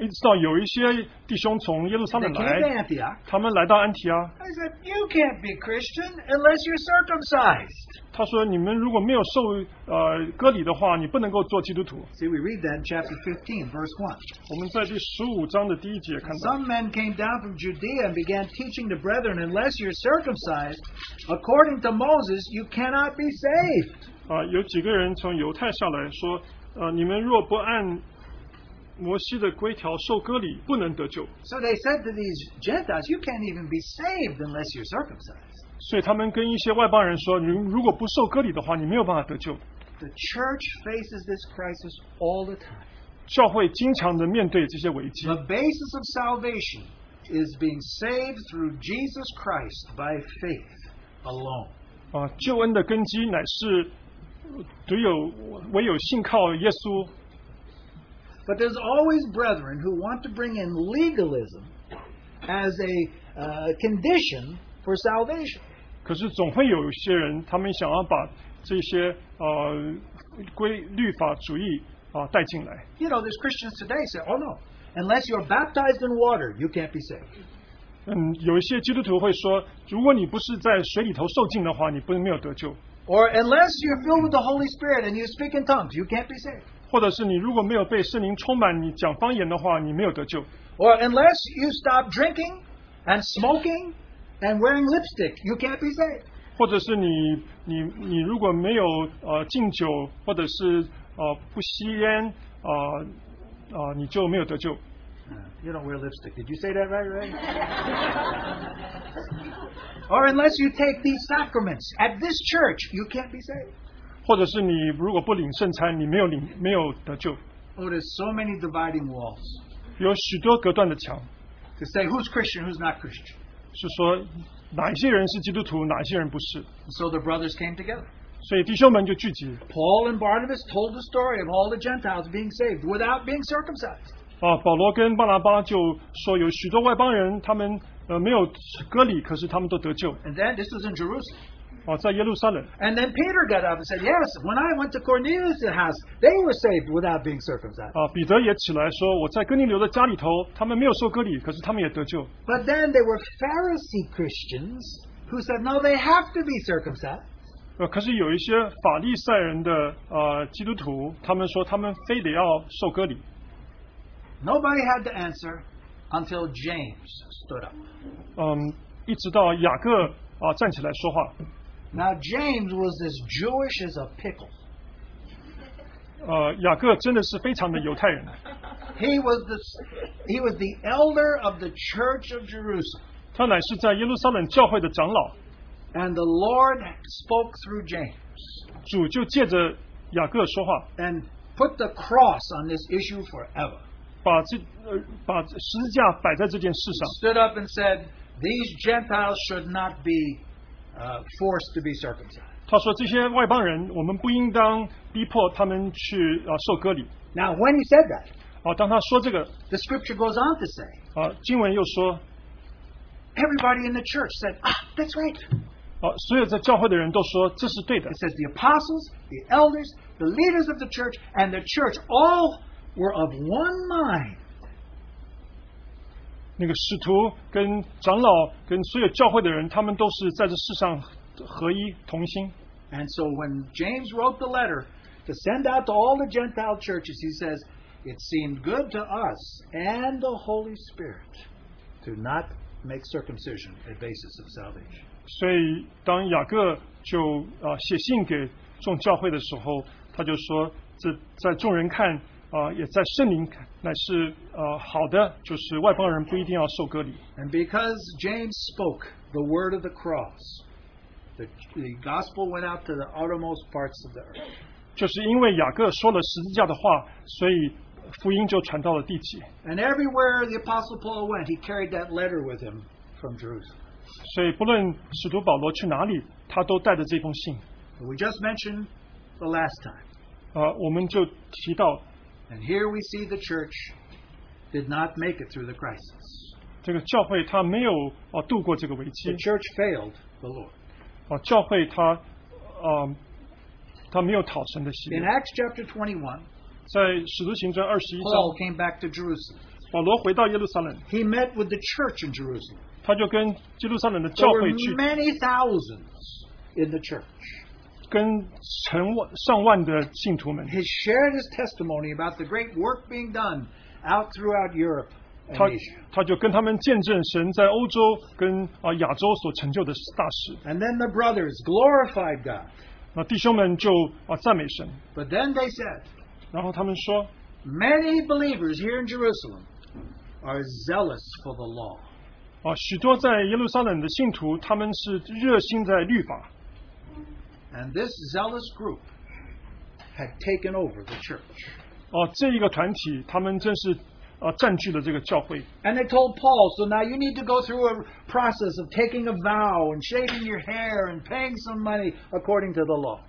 Speaker 2: 一直到有一些弟兄从耶路撒
Speaker 1: They
Speaker 2: 冷
Speaker 1: came to
Speaker 2: 来，
Speaker 1: Antioch.
Speaker 2: 他们来到安提阿，
Speaker 1: I said, You can't be Christian unless you're circumcised.
Speaker 2: 他说你们如果没有受呃割礼的话，你不能够做基督徒。
Speaker 1: See, we read that in chapter 15, verse 1.
Speaker 2: 我们在第十五章的第一节看到，
Speaker 1: Some men came down from Judea and began teaching the brethren, Unless you're circumcised, according to Moses, you cannot be saved.
Speaker 2: 啊、有几个人从犹太下来说，呃，你们若不按摩西的规条受割礼，不能得救。
Speaker 1: So they said to these Gentiles, You can't even be saved unless you're circumcised.
Speaker 2: 所以他们跟一些外邦人说，你们如果不受割礼的话，你没有办法得救。
Speaker 1: The church faces this crisis all the time.
Speaker 2: 教会经常的面对这些危机，
Speaker 1: The basis of salvation is being saved through Jesus Christ by faith alone.
Speaker 2: 啊，救恩的根基乃是只有唯有信靠耶稣。
Speaker 1: But there's always brethren who want to bring in legalism as a uh, condition for salvation.
Speaker 2: 可是总会有一些人，他们想要把这些呃规律法主义啊、带进来。
Speaker 1: You know, there's Christians today say, oh no, unless you're baptized in water, you can't be saved.
Speaker 2: 嗯，有一些基督徒会说，如果你不是在水里头受浸的话，你不没有得救；
Speaker 1: Or unless you're filled with the Holy Spirit and you speak in tongues, you can't be saved.
Speaker 2: 或者是你如果没有被圣灵充满，你讲方言的话，你没有得救；
Speaker 1: Or unless you stop drinking and smoking and wearing lipstick, you can't be saved.
Speaker 2: 或者是你你你如果没有呃敬酒，或者是呃不吸烟啊啊、呃呃你就没有得救。
Speaker 1: You don't wear lipstick. Did you say that right, right? or unless you take these sacraments at this church, you can't be saved.
Speaker 2: 或者是你如果不领圣餐，你没有领没有得救。
Speaker 1: Oh, there's so many dividing walls
Speaker 2: 有许多隔断的墙，
Speaker 1: to say who's Christian, who's not Christian.
Speaker 2: 是说哪一些人是基督徒，哪一些人不是。
Speaker 1: And so the brothers came together.
Speaker 2: 所以弟兄们就聚集
Speaker 1: Paul and Barnabas told the story of all the Gentiles being saved without being circumcised.
Speaker 2: 啊，保罗跟巴拿巴就说有许多外邦人，他们呃没有割礼，可是他们都得救。
Speaker 1: And then this was in Jerusalem.
Speaker 2: 啊，在耶路撒冷。
Speaker 3: And then Peter got up and said, Yes, when I went to Cornelius' house, they were saved without being circumcised.
Speaker 2: 啊，彼得也起来说：“我在哥尼流的家里头，他们没有受割礼，可是他们也得救。
Speaker 3: But then there were Pharisee Christians who said, No, they have to be circumcised.
Speaker 2: 呃，可是有一些法利赛人的呃基督徒，他们说他们非得要受割礼。
Speaker 1: Nobody had to answer until James stood up.
Speaker 2: 嗯，一直到雅各啊、站起来说话。
Speaker 1: Now, James was as Jewish as a pickle.
Speaker 2: 呃，雅各真的是非常的犹太人，
Speaker 1: He was the, he was the elder of the church of Jerusalem.
Speaker 2: 他乃是在耶路撒冷教会的长老。
Speaker 1: And the Lord spoke through James
Speaker 2: 主就借着雅各说话，
Speaker 1: and put the cross on this issue forever.
Speaker 2: 把这呃把十字架摆在这件事上。
Speaker 1: Stood up and said, These Gentiles should not be uh, forced to be circumcised.
Speaker 2: 他说：“这些外邦人，我们不应当逼迫他们去啊、受割礼。
Speaker 3: Now, when he said that, ”
Speaker 2: 啊，当他说这个
Speaker 1: The scripture goes on to say,
Speaker 2: 啊，经文又说，啊
Speaker 1: Everybody in the church said, Ah, that's right.
Speaker 2: 啊，所有在教会的人都说这是对的
Speaker 1: It。says the apostles, the elders, the leaders of the church, and the church all were of one mind.
Speaker 2: 那个使徒跟长老跟所有教会的人，他们都是在这世上合一同心。
Speaker 1: And so when James wrote the letter to send out to all the Gentile churches, he says, It seemed good to us and the Holy Spirit to not make circumcision a basis of salvation.
Speaker 2: 所以当雅各就啊、写信给众教会的时候，他就说：这在众人看啊、也在圣灵看，乃是啊、好的，就是外邦人不一定要受割礼。
Speaker 1: And because James spoke the word of the cross, the, the gospel went out to the outermost parts of the earth.
Speaker 2: 就是因为雅各说了十字架的话，所以呃福音就传到了地极。
Speaker 1: And everywhere the Apostle Paul went, he carried that letter with him from Jerusalem.
Speaker 2: 所以不论使徒保罗去哪里，他都带着这封信。
Speaker 1: We just mentioned the last time.
Speaker 2: 啊，我们就提到
Speaker 1: And here we see the church did not make it through the crisis.
Speaker 2: 这个教会他没有啊度过这个危机
Speaker 1: The church failed the Lord.
Speaker 2: 啊，教会他啊他没有讨神的喜悦
Speaker 1: In。Acts chapter 21,
Speaker 2: 在使徒行传二十一
Speaker 1: Paul
Speaker 2: 章，
Speaker 1: came back to Jerusalem.
Speaker 2: 保罗回到耶路撒冷，
Speaker 1: He met with the church in Jerusalem.
Speaker 2: 他就跟耶路撒冷的教
Speaker 1: There
Speaker 2: 会
Speaker 1: were
Speaker 2: 去，
Speaker 1: many thousands in the church.
Speaker 2: 跟成万上万的信徒们，
Speaker 1: He shared his testimony about the great work being done out throughout Europe
Speaker 2: 他
Speaker 1: and Asia.
Speaker 2: 他就跟他们见证神在欧洲跟啊亚洲所成就的大事。
Speaker 1: And then the brothers glorified God.
Speaker 2: 那弟兄们就啊赞美神，
Speaker 1: But then they said,
Speaker 2: 然后他们说，
Speaker 1: Many believers here in Jerusalem are zealous for the law.
Speaker 2: 啊，许多在耶路撒冷的信徒，他们是热心在律法，
Speaker 1: And this zealous group had taken over the church.
Speaker 2: 哦、这一个团体，他们真是呃占据了这个教会。
Speaker 1: And they told Paul, so now you need to go through a process of taking a vow and shaving your hair and paying some money according to the law.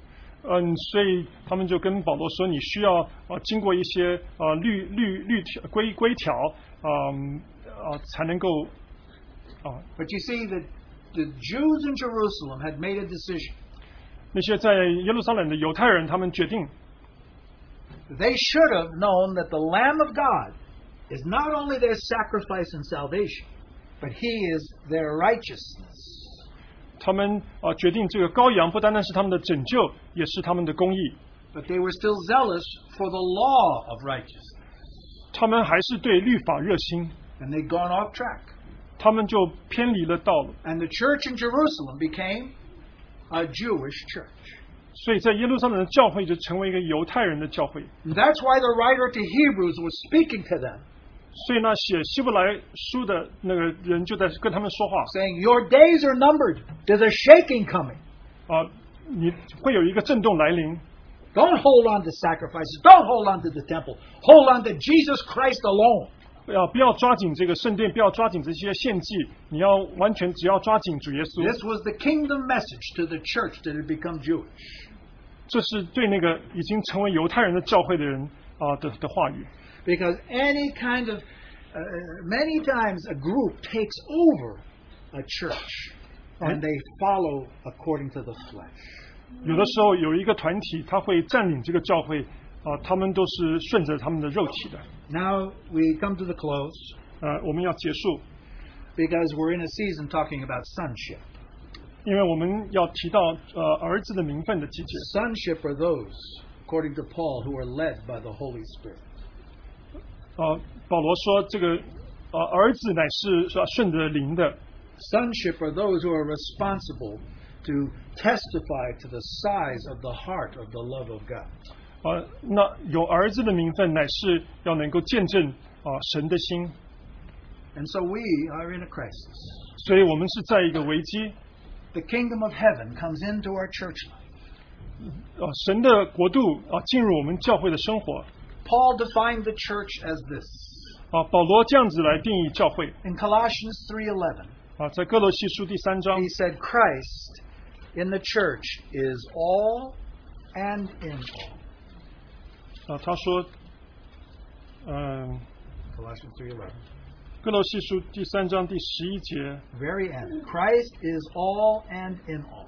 Speaker 2: 嗯，所以他们就跟保罗说，你需要呃经过一些呃律律律条规规条，嗯呃才能够啊、
Speaker 1: But you see, that the Jews in Jerusalem had made a decision.
Speaker 2: 那些在耶路撒冷的犹太人，他们决定
Speaker 1: They should have known that the Lamb of God is not only their sacrifice and salvation, but He is their righteousness.
Speaker 2: 他们啊、决定这个羔羊不单单是他们的拯救，也是他们的公义。
Speaker 1: But they were still zealous for the law of righteousness,
Speaker 2: 他们还是对律法热心，
Speaker 1: and they'd gone off track.
Speaker 2: 他们就偏离了道路。
Speaker 1: And the church in Jerusalem became a Jewish church.
Speaker 2: 所以在耶路撒冷的教会就成为一个犹太人的教会。
Speaker 1: And that's why the writer to Hebrews was speaking to them,
Speaker 2: 所以呢，写希伯来书的那个人就在跟他们说话
Speaker 1: saying, Your days are numbered. There's a shaking coming.
Speaker 2: 啊、你会有一个震动来临，
Speaker 1: Don't hold on to sacrifices. Don't hold on to the temple. Hold on to Jesus Christ alone.
Speaker 2: 要不要抓紧这个圣殿？不要抓紧这些献祭，你要完全只要抓紧主耶稣
Speaker 1: This。was the kingdom message to the church that had become Jewish.
Speaker 2: 这是对那个已经成为犹太人的教会的人啊、的的话语。
Speaker 1: Because any kind of, uh, many times a group takes over a church and they follow according to the flesh.
Speaker 2: 有的时候有一个团体，他会占领这个教会，啊、他们都是顺着他们的肉体的。
Speaker 1: Now we come to the close
Speaker 2: 呃，我们要结束，
Speaker 1: because we're in a season talking about sonship.
Speaker 2: 因为我们要提到呃儿子的名分的季节。
Speaker 1: Sonship are those, according to Paul, who are led by the Holy Spirit.
Speaker 2: 呃，保罗说这个呃儿子乃是是吧顺着灵的，
Speaker 1: Sonship are those who are responsible to testify to the size of the heart of the love of God.
Speaker 2: 呃，那有儿子的名分乃是要能够见证啊、神的心，
Speaker 1: And so we are in a crisis.
Speaker 2: 所以我们是在一个危机，
Speaker 1: The kingdom of heaven comes into our church life.
Speaker 2: 呃，神的国度啊、进入我们教会的生活
Speaker 1: Paul defined the church as this
Speaker 2: 啊、保罗这样子来定义教会
Speaker 1: in Colossians 3:11.
Speaker 2: 啊、在哥罗西书第三章
Speaker 1: He said Christ in the church is all and in all.
Speaker 2: 啊、他说，嗯、
Speaker 1: Colossians 3:11.
Speaker 2: 哥罗西书第三章第十一节，
Speaker 1: Very end. Christ is all and in all.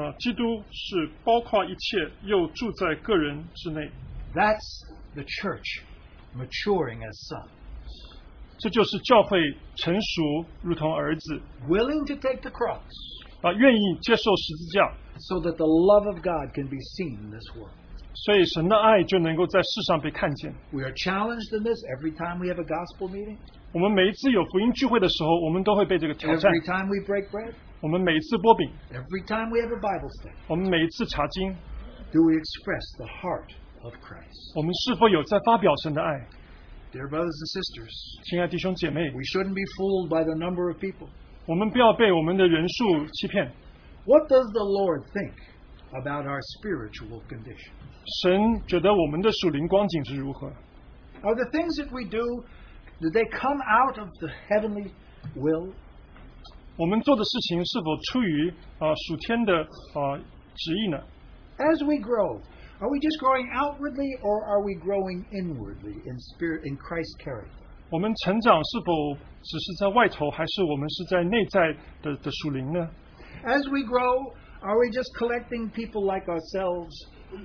Speaker 2: 啊，基督是包括一切，又住在个人之内，
Speaker 1: That's the church maturing as sons.
Speaker 2: 这就是教会成熟如同儿子
Speaker 1: willing to take the cross
Speaker 2: 啊，愿意接受十字架，
Speaker 1: so that the love of God can be seen in this world.
Speaker 2: 所以神的爱就能够在世上被看见。
Speaker 1: We are challenged in this every time we have a gospel meeting,
Speaker 2: 我们每一次有福音聚会的时候，我们都会被这个挑战。
Speaker 1: every time we break bread,
Speaker 2: 我们每一次波饼，
Speaker 1: every time we have a Bible study.
Speaker 2: 我们每一次查经，
Speaker 1: Do we express the heart of Christ?
Speaker 2: 我们是否有在发表神的爱？
Speaker 1: Dear brothers and sisters,
Speaker 2: 亲爱弟兄姐妹，
Speaker 1: we shouldn't be fooled by the number of people.
Speaker 2: 我们不要被我们的人数欺骗。
Speaker 1: What does the Lord think about our spiritual condition?
Speaker 2: 神觉得我们的属灵光景是如何？
Speaker 1: Are the things that we do, do they come out of the heavenly will?
Speaker 2: 我们做的事情是否出于啊、属天的啊、旨意呢？
Speaker 1: as we grow, are we just growing outwardly or are we growing inwardly in spirit in Christ's character?
Speaker 2: 我们成长是否只是在外头，还是我们是在内在的的属灵呢？
Speaker 1: As we grow, are we just collecting people like ourselves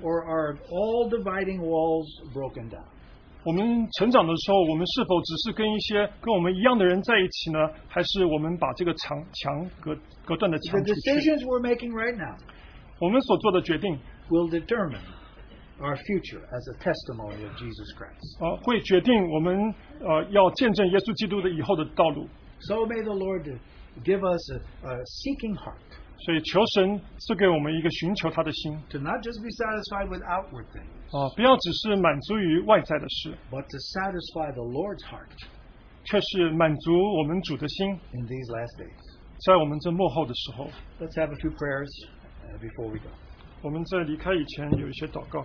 Speaker 1: or are all dividing walls broken down?
Speaker 2: 我们成长的时候，我们是否只是跟一些跟我们一样的人在一起呢？还是我们把这个墙墙隔隔断的墙
Speaker 1: The
Speaker 2: 出去？
Speaker 1: decisions we're making right now
Speaker 2: 我们所做的决定，
Speaker 1: will determine our future as a testimony of Jesus Christ.
Speaker 2: 呃，会决定我们呃要见证耶稣基督的以后的道路。
Speaker 1: So may the Lord give us a, a seeking heart
Speaker 2: 所以求神赐给我们一个寻求他的心
Speaker 1: to not just be satisfied with outward things,
Speaker 2: 啊、不要只是满足于外在的事，
Speaker 1: but to satisfy the Lord's heart
Speaker 2: 却是满足我们主的心，
Speaker 1: in these last days.
Speaker 2: 在我们这幕后的时候，
Speaker 1: Let's have a few prayers uh, before we go.
Speaker 2: 我们在离开以前有一些祷告。